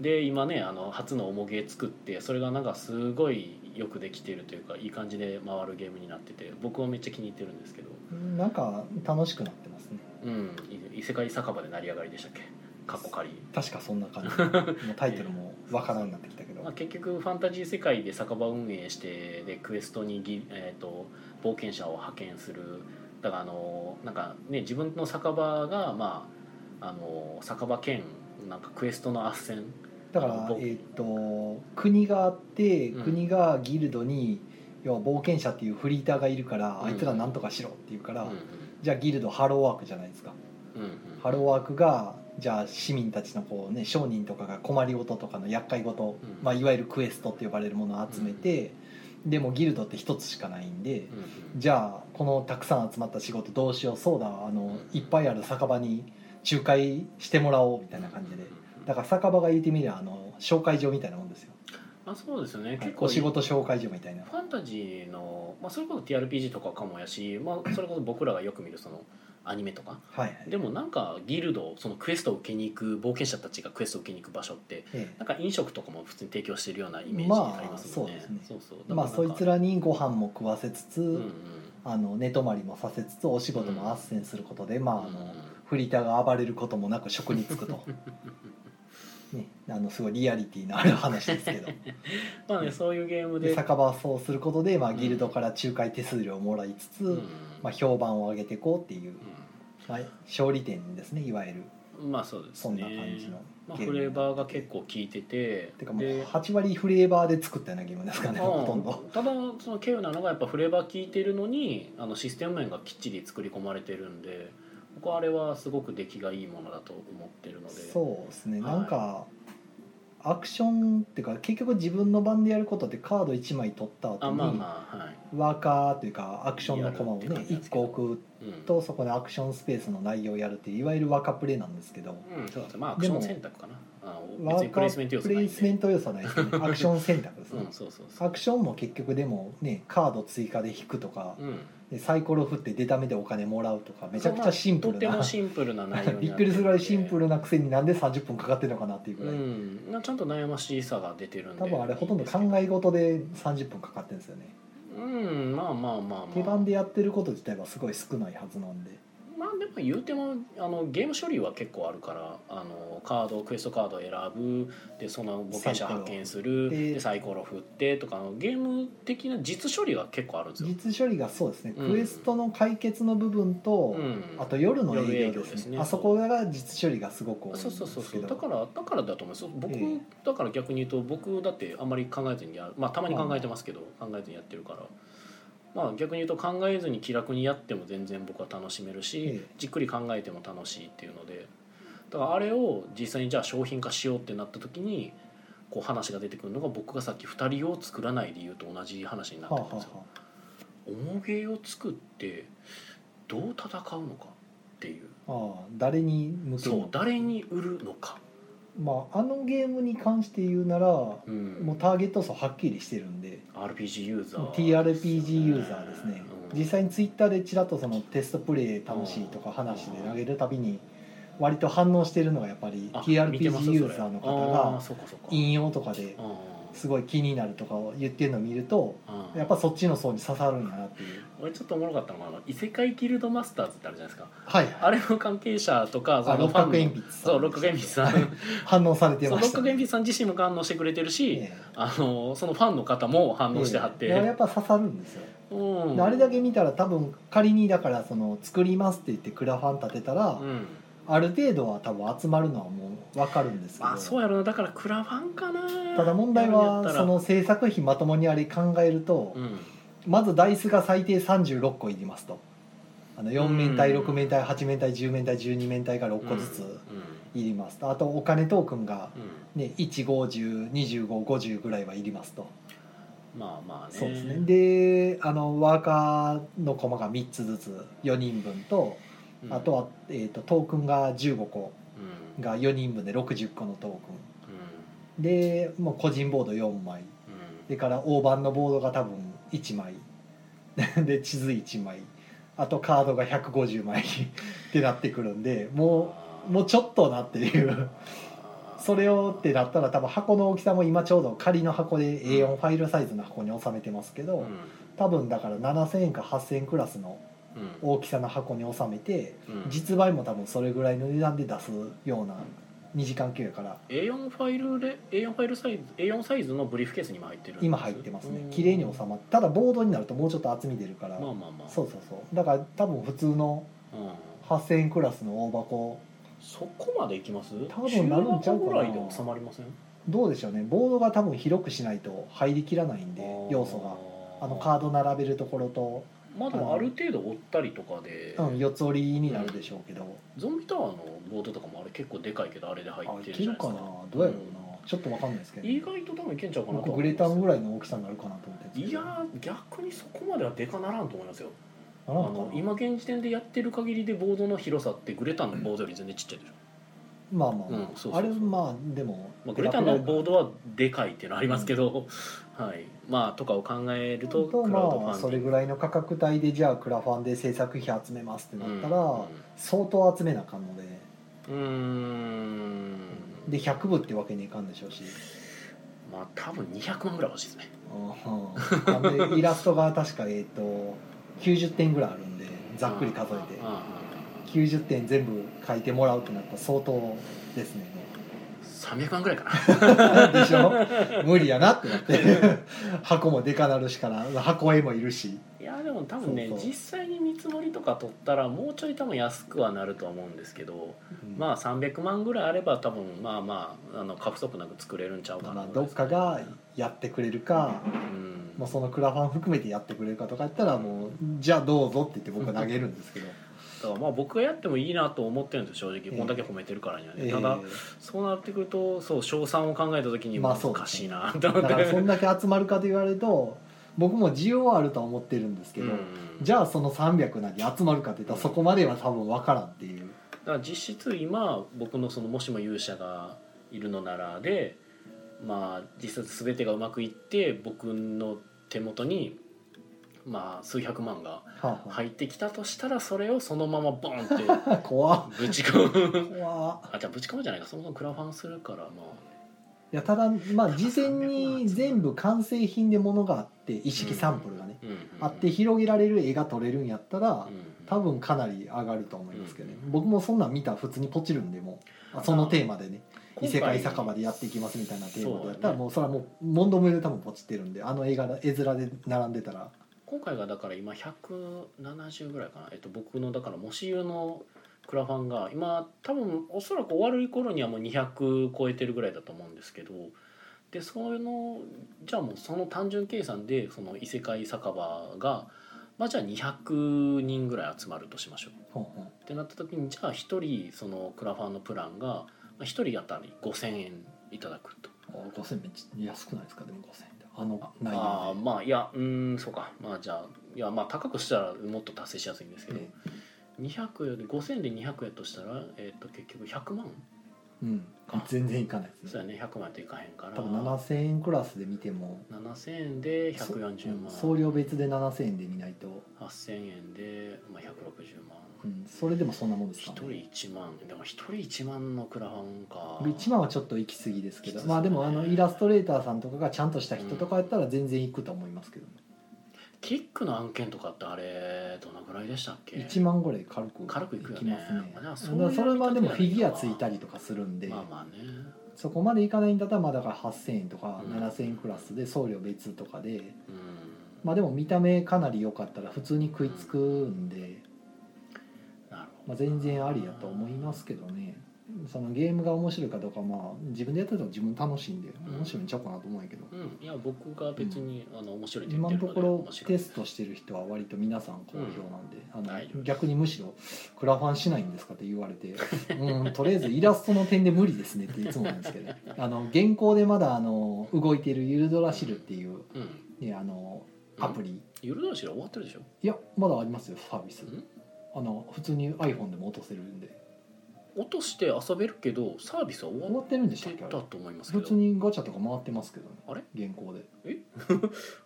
C: で今ねあの初のおもげ作ってそれがなんかすごいよくできているというかいい感じで回るゲームになってて僕はめっちゃ気に入ってるんですけど
B: なんか楽しくなってますね
C: うんい異世界酒場で成り上がりでしたっけかっこ仮
B: 確かそんな感じもうタイトルもわからんようになって きたけど、
C: まあ、結局ファンタジー世界で酒場運営してでクエストにぎ、えー、と冒険者を派遣するだからあのなんかね自分の酒場がまああの酒場兼なんかクエストの斡旋
B: だか
C: あ
B: ら
C: のぼ
B: えっ、と国があって
C: うん
B: 国がギルドに、要は冒険者っていうフリーターがいるから、
C: うん
B: あいつらなんとかしろって言うから、
C: うん
B: じゃあギルドハローワークじゃないですか、
C: うんうん
B: ハローワークがじゃあ市民たちのこうね商人とかが困りごととかの厄介ごと、
C: うん
B: まあ、いわゆるクエストって呼ばれるものを集めて、でもギルドって一つしかないんで、
C: うんうん
B: じゃあこのたくさん集まった仕事どうしようそうだあの
C: うん
B: いっぱいある酒場に仲介してもらおうみたいな感じで
C: うんうんうん
B: だから酒場が言ってみりゃあの紹介所みたいなもんですよ、
C: まあ、そうですよね
B: はい
C: 結構
B: お仕事紹介所みたいな
C: ファンタジーの、まあ、それこそ TRPG とかかもやし、まあ、それこそ僕らがよく見るそのアニメとか
B: はいはい
C: でもなんかギルドそのクエストを受けに行く冒険者たちがクエストを受けに行く場所って
B: え
C: なんか飲食とかも普通に提供してるようなイメージ
B: まあ
C: ありますもんね。
B: そうですね
C: そうそう
B: えまあそいつ
C: ら、
B: らにご飯も食わせつつ、
C: うんうん、
B: あの寝泊まりもさせつつお仕事も斡旋することで、まああ
C: うんう
B: の
C: ん
B: フリーターが暴れることもなく職に 就くと、ね、あのすごいリアリティのある話ですけ ど
C: まあねそういうゲームで
B: で酒場はそうすることで、まあ、
C: うん
B: ギルドから仲介手数料をもらいつつ、
C: うん
B: まあ、評判を上げていこうっていう、まあ、勝利点ですねいわゆる
C: うんまあそうです
B: そん
C: ね。
B: な感じの、
C: まあ
B: ゲーム
C: フレーバーが結構効いてて
B: てかもう
C: で
B: 8割フレーバーで作ったようなゲームですからね
C: うん
B: ほとんど
C: ただその稀有なのがやっぱフレーバー効いてるのにあのシステム面がきっちり作り込まれてるんで僕はあれはすごく出来がいいものだと思ってるので
B: そうですね
C: はい
B: なんか、アクションっていうか結局自分の番でやることってカード1枚取った後
C: あ
B: に
C: まあまあはい、
B: ワーカーというかアクションの駒を
C: やる
B: ね
C: って感じなんです
B: 1
C: けど
B: 個置く
C: うん、
B: とそこでアクションスペースの内容をやるっていういわゆるワーカープレイなんですけど、
C: うんそうですねまあアクション選択かなあの別にプレイスメント要素
B: プ
C: ないん
B: レイ
C: で
B: スメント要素はない ですねアクション選択です
C: う
B: ね
C: ん、そうそうそう
B: アクションも結局でもねカード追加で引くとか、
C: うん
B: でサイコロ振って出た目でお金もらうとかめちゃくちゃシンプル
C: とて
B: な
C: もシンプルな内容になてて
B: びっくりするぐらいシンプルなくせになんで30分かかってるのかなっていうぐ
C: う
B: らい、
C: んなちゃんと悩ましさが出てるんで
B: 多分あれほとんど考え事で30分かかってるんですよね
C: うんまあまあまあ
B: 手
C: まあ
B: 番でやってること自体はすごい少ないはずなんで
C: まあでも言うてもあのゲーム処理は結構あるからあのカードクエストカードを選ぶでその冒険者発見する
B: サイコロで
C: でサイコロ振ってとかのゲーム的な実処理は結構あるんですよ、
B: 実処理がそうですね、
C: うん
B: クエストの解決の部分と、
C: うん、
B: あと夜の営業
C: 夜営業
B: ですね
C: ですね
B: あそこが実処理がすごく多いんで
C: そ
B: すけ
C: う
B: ど
C: そうそうそうだからだからだと思います僕、
B: ええ
C: だから逆に言うと僕だってあんまり考えずにやるまあたまに考えてますけど、考えずにやってるからまあ、逆に言うと考えずに気楽にやっても全然僕は楽しめるし、
B: ええ
C: じっくり考えても楽しいっていうのでだからあれを実際にじゃあ商品化しようってなった時にこう話が出てくるのが僕がさっき2人を作らない理由と同じ話になって
B: は
C: く
B: あ
C: るん
B: は
C: で
B: あは
C: すよ。重芸を作ってどう戦うのかっていう
B: あああ誰に向け
C: そう誰に売るのか、
B: まああのゲームに関して言うならも
C: うん、
B: うターゲット層はっきりしてるんで
C: RPG ユーザ
B: もう
C: ー
B: TRPG ユーザーですね
C: うん
B: 実際にツイッターでちらっとそのテストプレイ楽しいとか話で投げるたびに割と反応してるのがやっぱり
C: あ見てますそれ
B: TRPG ユーザーの方
C: あー
B: が
C: そうかそうか
B: 引用とかで
C: うんうん
B: すごい気になるとかを言ってるのを見ると
C: うん
B: やっぱそっちの層に刺さるんだなっていう
C: 俺ちょっとおもろかったのがあの異世界ギルドマスターズってあるじゃないですか
B: はいはい
C: あれの関係者とか
B: あ
C: その
B: 六
C: ファン
B: 角
C: の
B: 鉛筆さん
C: そう六角鉛筆 さん
B: はい反応されて
C: そう
B: ま
C: 六
B: し
C: 角鉛
B: た
C: 筆
B: 筆
C: さん自身も反応してくれてるし、あのそのファンの方も反応してはって、
B: やっぱ刺さるんですよ
C: うん
B: であれだけ見たら多分仮にだからその作りますって言ってクラファン立てたら、
C: うん
B: ある程度は多分集まるのはもう分かるんですけど、
C: まあそうやろなだからクラファンかな
B: ただ問題
C: やるんや
B: は
C: ったら
B: その制作費まともにあれ考えると、
C: うん
B: まずダイスが最低36個いりますとあの4面体
C: うん
B: 6面体8面体10面体12面体が6個ず
C: うん
B: ついりますとあとお金トークンが、
C: うんうん
B: ね、1502550ぐらいはいりますと
C: まあまあね
B: そうですねであのワーカーの駒が3つずつ4人分と
C: うん
B: あとは、えー、とトークンが15個
C: うん
B: が4人分で60個のトーク
C: うん
B: ンでもう個人ボード4枚
C: うん
B: でから大判のボードが多分1枚 で地図1枚あとカードが150枚ってなってくるんでもうもうちょっとなっていうそれをってなったら多分箱の大きさも今ちょうど仮の箱で A4 ファイルサイズの箱に収めてますけど、
C: うん
B: 多分だから7,000円か8,000円クラスの
C: うん
B: 大きさの箱に収めて
C: うん
B: 実売も多分それぐらいの値段で出すような2時間級やから
C: A4 ファイルで A4 ファイルサイズ A4 サイズのブリーフケースに今入ってるんです
B: 今入ってますね
C: うん
B: 綺麗に収まっただボードになるともうちょっと厚み出るから
C: まあまあまあ
B: そうそうそうだから多分普通の
C: うん
B: 8,000円クラスの大箱
C: そこまでいきます
B: 多分なるんちゃう
C: 中箱
B: かな
C: ぐらいで収まりません
B: どうでしょうねボードが多分広くしないと入りきらないんで要素があのカード並べるところと、
C: まあでもある程度折ったりとかで、
B: うん、四つ折りになるでしょうけど
C: ゾンビタワーのボードとかもあれ結構でかいけどあれで入
B: あ
C: っ
B: い
C: てる
B: け
C: じゃな
B: る
C: いですか
B: かなどうやろうなちょっとわかんないですけど
C: 意外と多分いけんちゃうかなとは
B: 僕
C: 思
B: グ
C: い
B: レ
C: ます
B: タンぐらいの大きさになるかなと思ってるんです
C: い
B: けど
C: やー逆にそこまではでかならんと思いますよ
B: あ
C: あ
B: ら
C: の今現時点でやってる限りでボードの広さってグレタンのボードより全然ちっちゃいでしょ、
B: まあまあまあ、
C: うんそうそうそう
B: あれまあでも、
C: まあ、グレタンのボードはでかいっていうのはありますけど、はいまあとかを考えると
B: と
C: クラウドフ
B: まあ
C: ァ
B: そ
C: ンデ
B: れ
C: ィング
B: ぐらいの価格帯でじゃあクラファンで制作費集めますってなったら、相当集めなあかんので
C: うんうんうーん
B: で100部ってわけにいかんでしょうし、
C: まあ多分200万ぐらい欲しいですね
B: うん、な んでイラストが確かえっ、と90点ぐらいあるんでざっくり数えて
C: うんうんうん
B: 90点全部書いてもらうってなったら相当ですね
C: 300万ぐらいかな
B: でしょ無理やなってなって箱もでかなるしから箱絵もいるし
C: いやでも多分ね
B: そうそう
C: 実際に見積もりとか取ったらもうちょい多分安くはなるとは思うんですけど、まあ300万ぐらいあれば多分まあまああの過不足なく作れるんちゃうか
B: ま
C: な
B: あ、どっかがやってくれるか、
C: うん
B: まあ、そのクラファン含めてやってくれるかとか言ったらもうじゃあどうぞって言って僕は投げるんです けど、
C: だからまあ僕がやってもいいなと思ってるんですよ正直
B: ええ
C: こんだけ褒めてるからにはね、
B: え
C: ただ
B: ー
C: そうなってくるとそう賞賛を考えた時に
B: まあそう
C: 難しいなと思って、
B: だからそんだけ集まるかと言われると僕も需要はあるとは思ってるんですけど、
C: うん
B: じゃあその300何集まるかって言ったらそこまでは多分分からんっていう、
C: だから実質今僕のそのもしも勇者がいるのならでまあ実質全てがうまくいって僕の手元にまあ数百万が
B: はあは
C: 入ってきたとしたらそれをそのままボンっ て
B: あ、怖っ
C: ぶち込む
B: 怖っ
C: あじゃあぶち込むじゃないかそもそもクラファンするからまあ
B: いやただまあ事前に全部完成品でものがあって意識サンプルがね、
C: うんうん
B: あって広げられる絵が取れるんやったら、
C: うん
B: 多分かなり上がると思いますけどね、
C: うん
B: 僕もそんなん見たら普通にポチるんでもうそのテーマでね異世界酒場でやっていきますみたいなテーマでやった
C: そうだね
B: らもうそれはもう問答無用で多分ポチってるんであの映画の絵面で並んでたら
C: 今回がだから今170ぐらいかな、えっと、僕のだからもし言うのクラファンが今多分おそらく終わる頃にはもう200超えてるぐらいだと思うんですけどでそのじゃあもうその単純計算でその異世界酒場がまあじゃあ200人ぐらい集まるとしましょう
B: ほうほう
C: ってなった時にじゃあ1人そのクラファンのプランが1人当たり5,000円いただくと。
B: あ5000めっちゃ安くないですかでも5000円であの内
C: ああ
B: 容で
C: まあいやうーんそうかまあじゃあいやまあ高くしたらもっと達成しやすいんですけど、
B: え
C: 200より5,000で200円としたら、えっと結局100万
B: うん全然いかないです
C: そう
B: ね
C: やね100万といかへんから
B: 多分7000円クラスで見ても
C: 7000円で140万、
B: そうん送料別で7000円で見ないと、
C: 8,000円で、まあ、160万
B: うん、それでもそんなもんです
C: 1
B: か
C: 人
B: ね
C: 1万でも1人1万のクラファンか
B: 1万はちょっと行き過ぎですけ
C: きつい
B: ど
C: ですね
B: まあでもあのイラストレーターさんとかがちゃんとした人とかやったら全然行くと思いますけど、
C: キックの案件とかってあれどのぐらいでしたっけ
B: 1万ぐらい軽く
C: 軽くいくよ
B: き
C: ね
B: ますね
C: まあじゃあ
B: そ
C: そういう
B: それはでも
C: や
B: フ
C: り方やね
B: ィギュアついたりとかするんで、
C: まあまあね
B: そこまでいかないんだったらまあだから8000円とか
C: うん
B: 7000円クラスで送料別とかで、
C: うん
B: まあでも見た目かなり良かったら普通に食いつくんで、
C: なるほど
B: まあ、全然ありやと思いますけどねそのゲームが面白いかどうかまあ自分でやってたら自分楽しいんで
C: ん
B: 面白いんちゃうかなと思うんやけど、
C: うんいや僕が別に、あの面白いって言っ
B: 今
C: て
B: の
C: るの
B: と
C: で
B: ころ
C: 面白
B: テ
C: い
B: ストしてる人は割と皆さん好評なんで、あ
C: 大丈夫
B: の逆にむしろ「クラファンしないんですか?」って言われ て「うんとりあえずイラストの点で無理ですね」っていつもなんです けどあの現行でまだあの動いてる「ゆるドラシル」っていう、
C: うん
B: ね、あのアプリ、
C: ゆるドラシル終わってるでしょ
B: いやまだありますよサービス
C: ん
B: あの普通に iPhone でも落とせるんで
C: 落として遊べるけどサービスは終
B: 終
C: わ
B: わ
C: っ
B: ってるんでしたってけあ
C: た
B: れ
C: と思いますけ
B: 普
C: ど
B: 通にガチャとか回ってますけどね
C: あれ
B: 現行で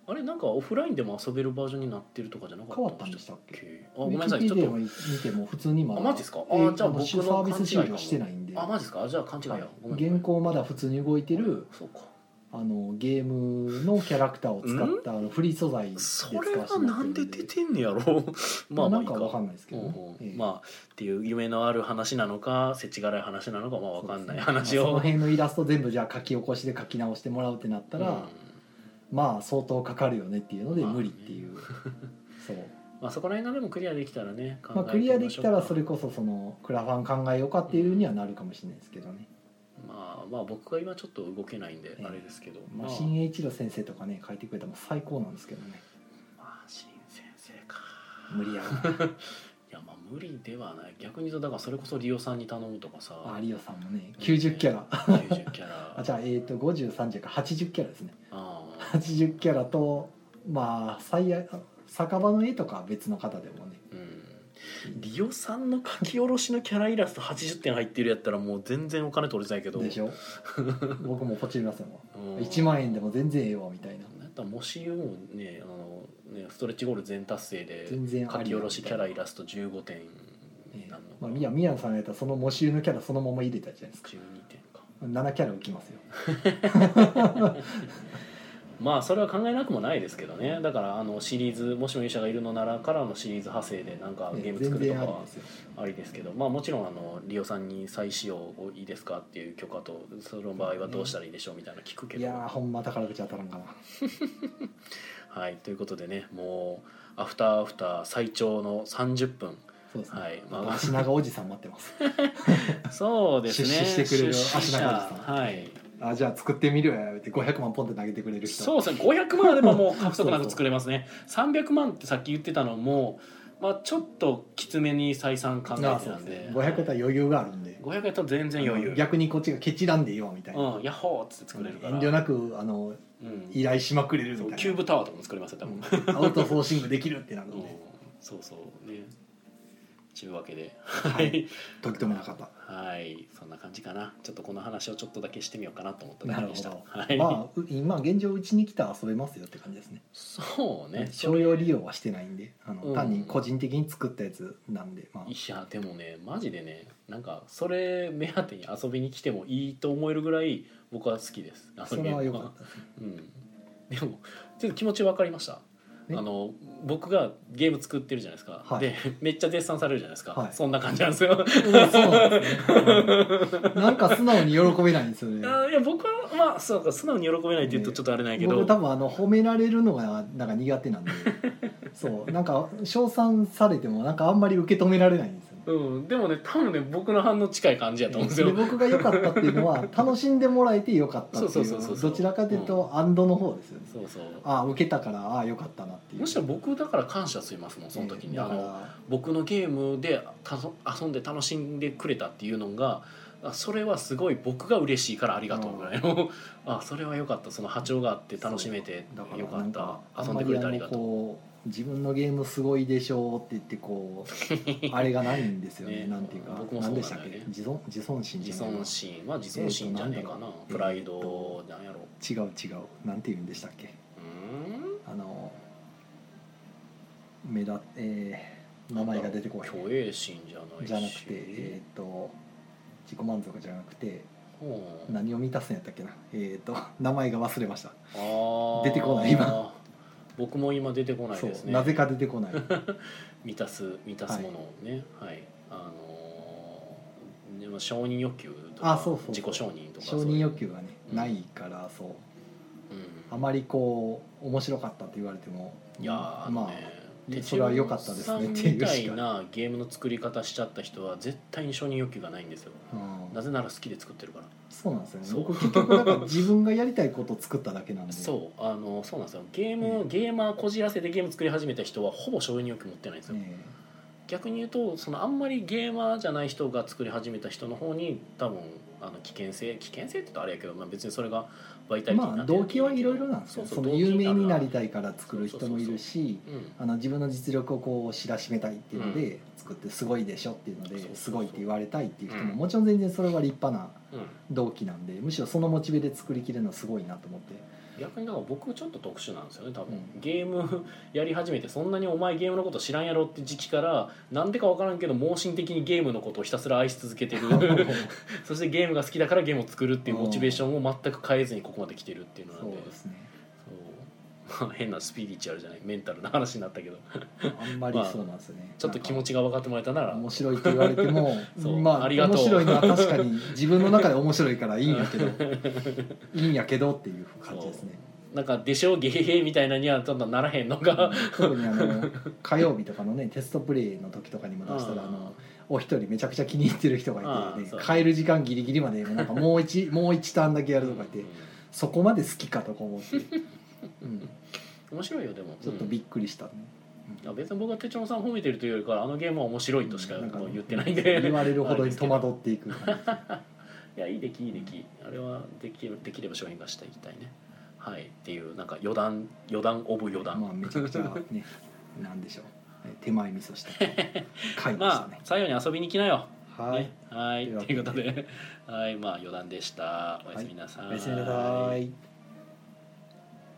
C: あれなんかオフラインでも遊べるバージョンになってるとかじゃなかった
B: 変わったんでしたっけ
C: あごめんなさい
B: ウィ
C: ち
B: キ
C: ょ
B: ペ
C: っ
B: ディ
C: と
B: アを見ても普通にまだ
C: あマジですかあ
B: え
C: じゃあ
B: の
C: 僕の
B: サービス
C: 勘違いか
B: 終了
C: も
B: してないんで
C: あマジですかあじゃあ勘違い
B: はい
C: やごめんごめん
B: 現行まだ普通に動いてる
C: そうか
B: あのゲームのキャラクターを使ったあのフリー素材で使
C: そ
B: わせ
C: れ
B: てもらって
C: は
B: る
C: なんで出てんねやろまあまあ
B: な
C: い
B: ん
C: い
B: か
C: か
B: わかんないですけどね
C: ほうほう
B: ええ
C: まあっていう夢のある話なのかせちがらい話なのかまあわかんない
B: そうです
C: 話
B: ねまあそ
C: を。
B: の辺のイラスト全部じゃあ書き起こしで書き直してもらうってなったら、まあ相当かかるよねっていうので無理っていう、そう
C: うんまあそこら辺がでもクリアできたらね、
B: まあクリアできたらそれ
C: ま
B: こそそのクラファン考えようかっていうにはなるかもしれないですけどね、
C: あまあ僕が今ちょっと動けないんで
B: ええ
C: あれですけど、ま
B: まあ
C: あ
B: 新栄一郎先生とかね書いてくれたらもう最高なんですけどね
C: まあ新先生か
B: 無理や ろう
C: いやまあ無理ではない逆に言うとだからそれこそリオさんに頼むとかさ
B: なあ有吉さんもね90キャラ
C: 90キャ ラ
B: あじゃあえっ、ー、と5030か80キャラですね
C: ああ
B: 80キャラとまあ最悪酒場の絵とかは別の方でもね
C: うんリオさんの書き下ろしのキャライラスト80点入ってるやったらもう全然お金取れてないけど
B: で しょ僕もポチりますよも
C: うん
B: う1万円でも全然ええわみたいな
C: なんやったらもしもねあのねストレッチゴール全達成で
B: 全然
C: 書
B: あり
C: き
B: や
C: 下
B: ん
C: ろしキャライラスト15点
B: ええ
C: なんのか
B: まあ、いや宮野さんがやったらその模集のキャラそのまま入れたじゃないですか
C: 12点か
B: 7キャラ浮きますよ
C: まあそれは考えなくもないですけどねだからあのシリーズもしも勇者がいるのならからのシリーズ派生でなんか
B: ええ
C: ゲーム
B: 全
C: 作ると
B: 然
C: か
B: あり
C: は
B: ですよ
C: ありですけどまあもちろんあのリオさんに再使用をいいですかっていう許可とその場合はどうしたらいいでしょうみたいなの聞くけ
B: い
C: ど
B: やーほんま宝くじ当たらんかな
C: はい、ということでねもうアフターアフター最長の30分
B: そうですね、
C: はい
B: ま
C: まあ
B: あ、足長おじさん待ってます
C: そうですね
B: 出資してくれる
C: 出資者
B: 足長おじさん
C: はい
B: あじゃあ作ってみるわよって500万ポンって投げてくれる人
C: そうですね500万あればもう獲得なく作れますね300万ってさっき言ってたのも、まあ、ちょっときつめに採算考えて
B: ああそう
C: た
B: で
C: ん
B: す
C: で
B: ね500やったら余裕があるんで
C: 500やったら全然余裕
B: 逆にこっちがケチらんでいいわみたいな、
C: うんヤッホーっつって作れるから
B: 遠慮なくあの
C: うん
B: 依頼しまくれるみ
C: そ
B: たいうな
C: キューブタワーとかも作れますよ多分、うん
B: うんアウトソーシングできるってなるんで
C: そうそうねちゅうわけで
B: は
C: はい
B: いときとめなかった
C: はいそんな感じかなちょっとこの話をちょっとだけしてみようかなと思っただけでした
B: なるほ
C: はい、
B: まあう今現状うちに来たら遊べますよって感じですね
C: そうねそ
B: 商
C: れ
B: 用利用はしてないんであの、
C: うん
B: 単に個人的に作ったやつなんでまあ
C: いやでもねマジでねなんかそれ目当てに遊びに来てもいいと思えるぐらい僕は好きです
B: それは良かったたですね
C: うんでもちょっと気持ち分かりました
B: え
C: あの僕がゲーム作ってるじゃないですか、
B: はい
C: でめっちゃ絶賛されるじゃないですか、
B: はい
C: そんな感じなんですよ
B: うんそうなんですねうんなんか素直に喜べないんですよね
C: あーいや僕はまあそうか素直に喜べないって言うとちょっとあれないけど、
B: 僕多分あの褒められるのがなんか苦手なんでそうなんか称賛されてもなんかあんまり受け止められないんですよね
C: うん、でもね多分ね僕の反応近い感じやと思うんです
B: で
C: よ、
B: 僕が良かったっていうの は楽しんでもらえて良かったって
C: そう
B: い
C: そうそうそう
B: う
C: そう
B: どちらかというと安堵の方ですよ ね、
C: そうそう
B: ああ受けたからああ良かったなっていう
C: むしろ僕だから感謝しますもんその時に、
B: だ
C: あ
B: か
C: の
B: ら
C: 僕のゲームでたそ遊んで楽しんでくれたっていうのがあそれはすごい僕が嬉しいからありがとうぐらいの あそれは良かったその波長があって楽しめて
B: だから
C: 良か
B: なん
C: った
B: あ
C: 遊ん
B: ま
C: でくれてありが
B: あ
C: と
B: のこう自分のゲームすごいでしょうって言って こうあれがないんですよね
C: ね
B: なんていうか
C: 僕もそう
B: 何
C: なんだよね
B: でしたっけ自尊自尊
C: う
B: 心じゃ
C: 自
B: ない
C: 尊心は自尊心じゃねえかな、
B: えーとなんだろう
C: プライドなんやろ
B: 違う違うなんて言うんでしたっけ
C: う
B: あの目立えー名前が出てこ
C: ーん
B: な
C: 虚栄心じゃない
B: い
C: し
B: じゃなくてえーっと自己満足じゃなくて
C: うん
B: 何を満たすんやったっけなえーっと 名前が忘れました
C: あー
B: 出てこない今
C: 僕も今出てこない
B: そう
C: ですね
B: なぜか出てこない
C: 満たす満たすものをねはい、あのーでも承認欲求とか
B: あそうそうそう
C: 自己承認とか
B: 承
C: そう
B: 認
C: いう
B: 欲求がね
C: うん
B: ないからそう
C: うん
B: あまりこう面白かったと言われても
C: いやーあの
B: ま
C: ね
B: あそれは良かったですねっていうしか
C: 手順さんみたいなゲームの作り方しちゃった人は絶対に承認欲求がないんですよ
B: あ、うん
C: なぜなら好きで作ってるから、
B: そうなんですよね
C: そう
B: 僕結局だから自分がやりたいことを作っただけなんで
C: そうあのそうなんですよゲーム、
B: うん
C: ゲーマーこじらせでゲーム作り始めた人はほぼ承認欲求持ってないんですよ、
B: ね
C: 逆に言うとそのあんまりゲーマーじゃない人が作り始めた人の方に多分あの危険性危険性って言うとあれやけど、まあ、別にそれがバイタリティ
B: まあ動機はいろいろなんですよその有名になりたいから作る人もいる
C: い、
B: し
C: うん
B: あの自分の実力をこう知らしめたいっていうの
C: う
B: で作ってすごいでしょっていうの
C: そうそうそう
B: ですごいって言われたいっていう人
C: う
B: も
C: ん
B: もちろん全然それは立派な
C: うん、
B: 動機なんでむしろそのモチベで作りきれるのはすごいな と思って
C: 逆にだから僕ちょっと特殊なんですよね多分、
B: うん
C: ゲーム やり始めてそんなにお前ゲームのこと知らんやろって時期からなんでか分からんけど盲信的にゲームのことをひたすら愛し続けて るそしてゲームが好きだからゲームを作るっていうモチベーションを全く変えずにここまで来てるっていうのなん
B: そう
C: で
B: ですね
C: そう変なスピリチュアルじゃないメンタルな話になったけど
B: あんまりそうなんですよね
C: ちょっと気持
B: ち
C: ちが分かってもらえたなら
B: 面白いって言われても
C: そう
B: まあ
C: ありがとう
B: 面白いのは確かに自分の中で面白いからいいんやけど いいんやけどっていう感じですね
C: なんか「でしょゲヘヘ」みたいなにはちょっとならへんのが、
B: 特にあの火曜日とかのねテストプレイの時とかにも出したらあのお一人めちゃくちゃ気に入ってる人がい
C: あ
B: て、
C: そう
B: ね、帰る時間ギリギリまでなんかも う一もう一ターンだけやるとか言って
C: う
B: そこまで好きかとか思って、うん、
C: ん面白いよでも
B: ちょっとびっくりしたね、
C: うん別に僕は手帳さん褒めてるというよりかはあのゲームは面白いとしか
B: なんか
C: 言ってないんで
B: 言われるほど
C: あ
B: に
C: です
B: 戸
C: け
B: 惑ってい く感
C: い
B: じ
C: やいい出来いい出来あれはできるできれば商品化していきたいねはいっていうなんか余談余談オブ余談、
B: まあめちゃくちゃねなんでしょうえ手前味噌した買いました
C: まあ
B: ね、
C: 最後に遊びに来なよ
B: はい、
C: ねはい
B: というわ
C: と
B: け
C: い
B: で
C: うことではいまあ余談でしたおやすみなさい、
B: おやすみなさい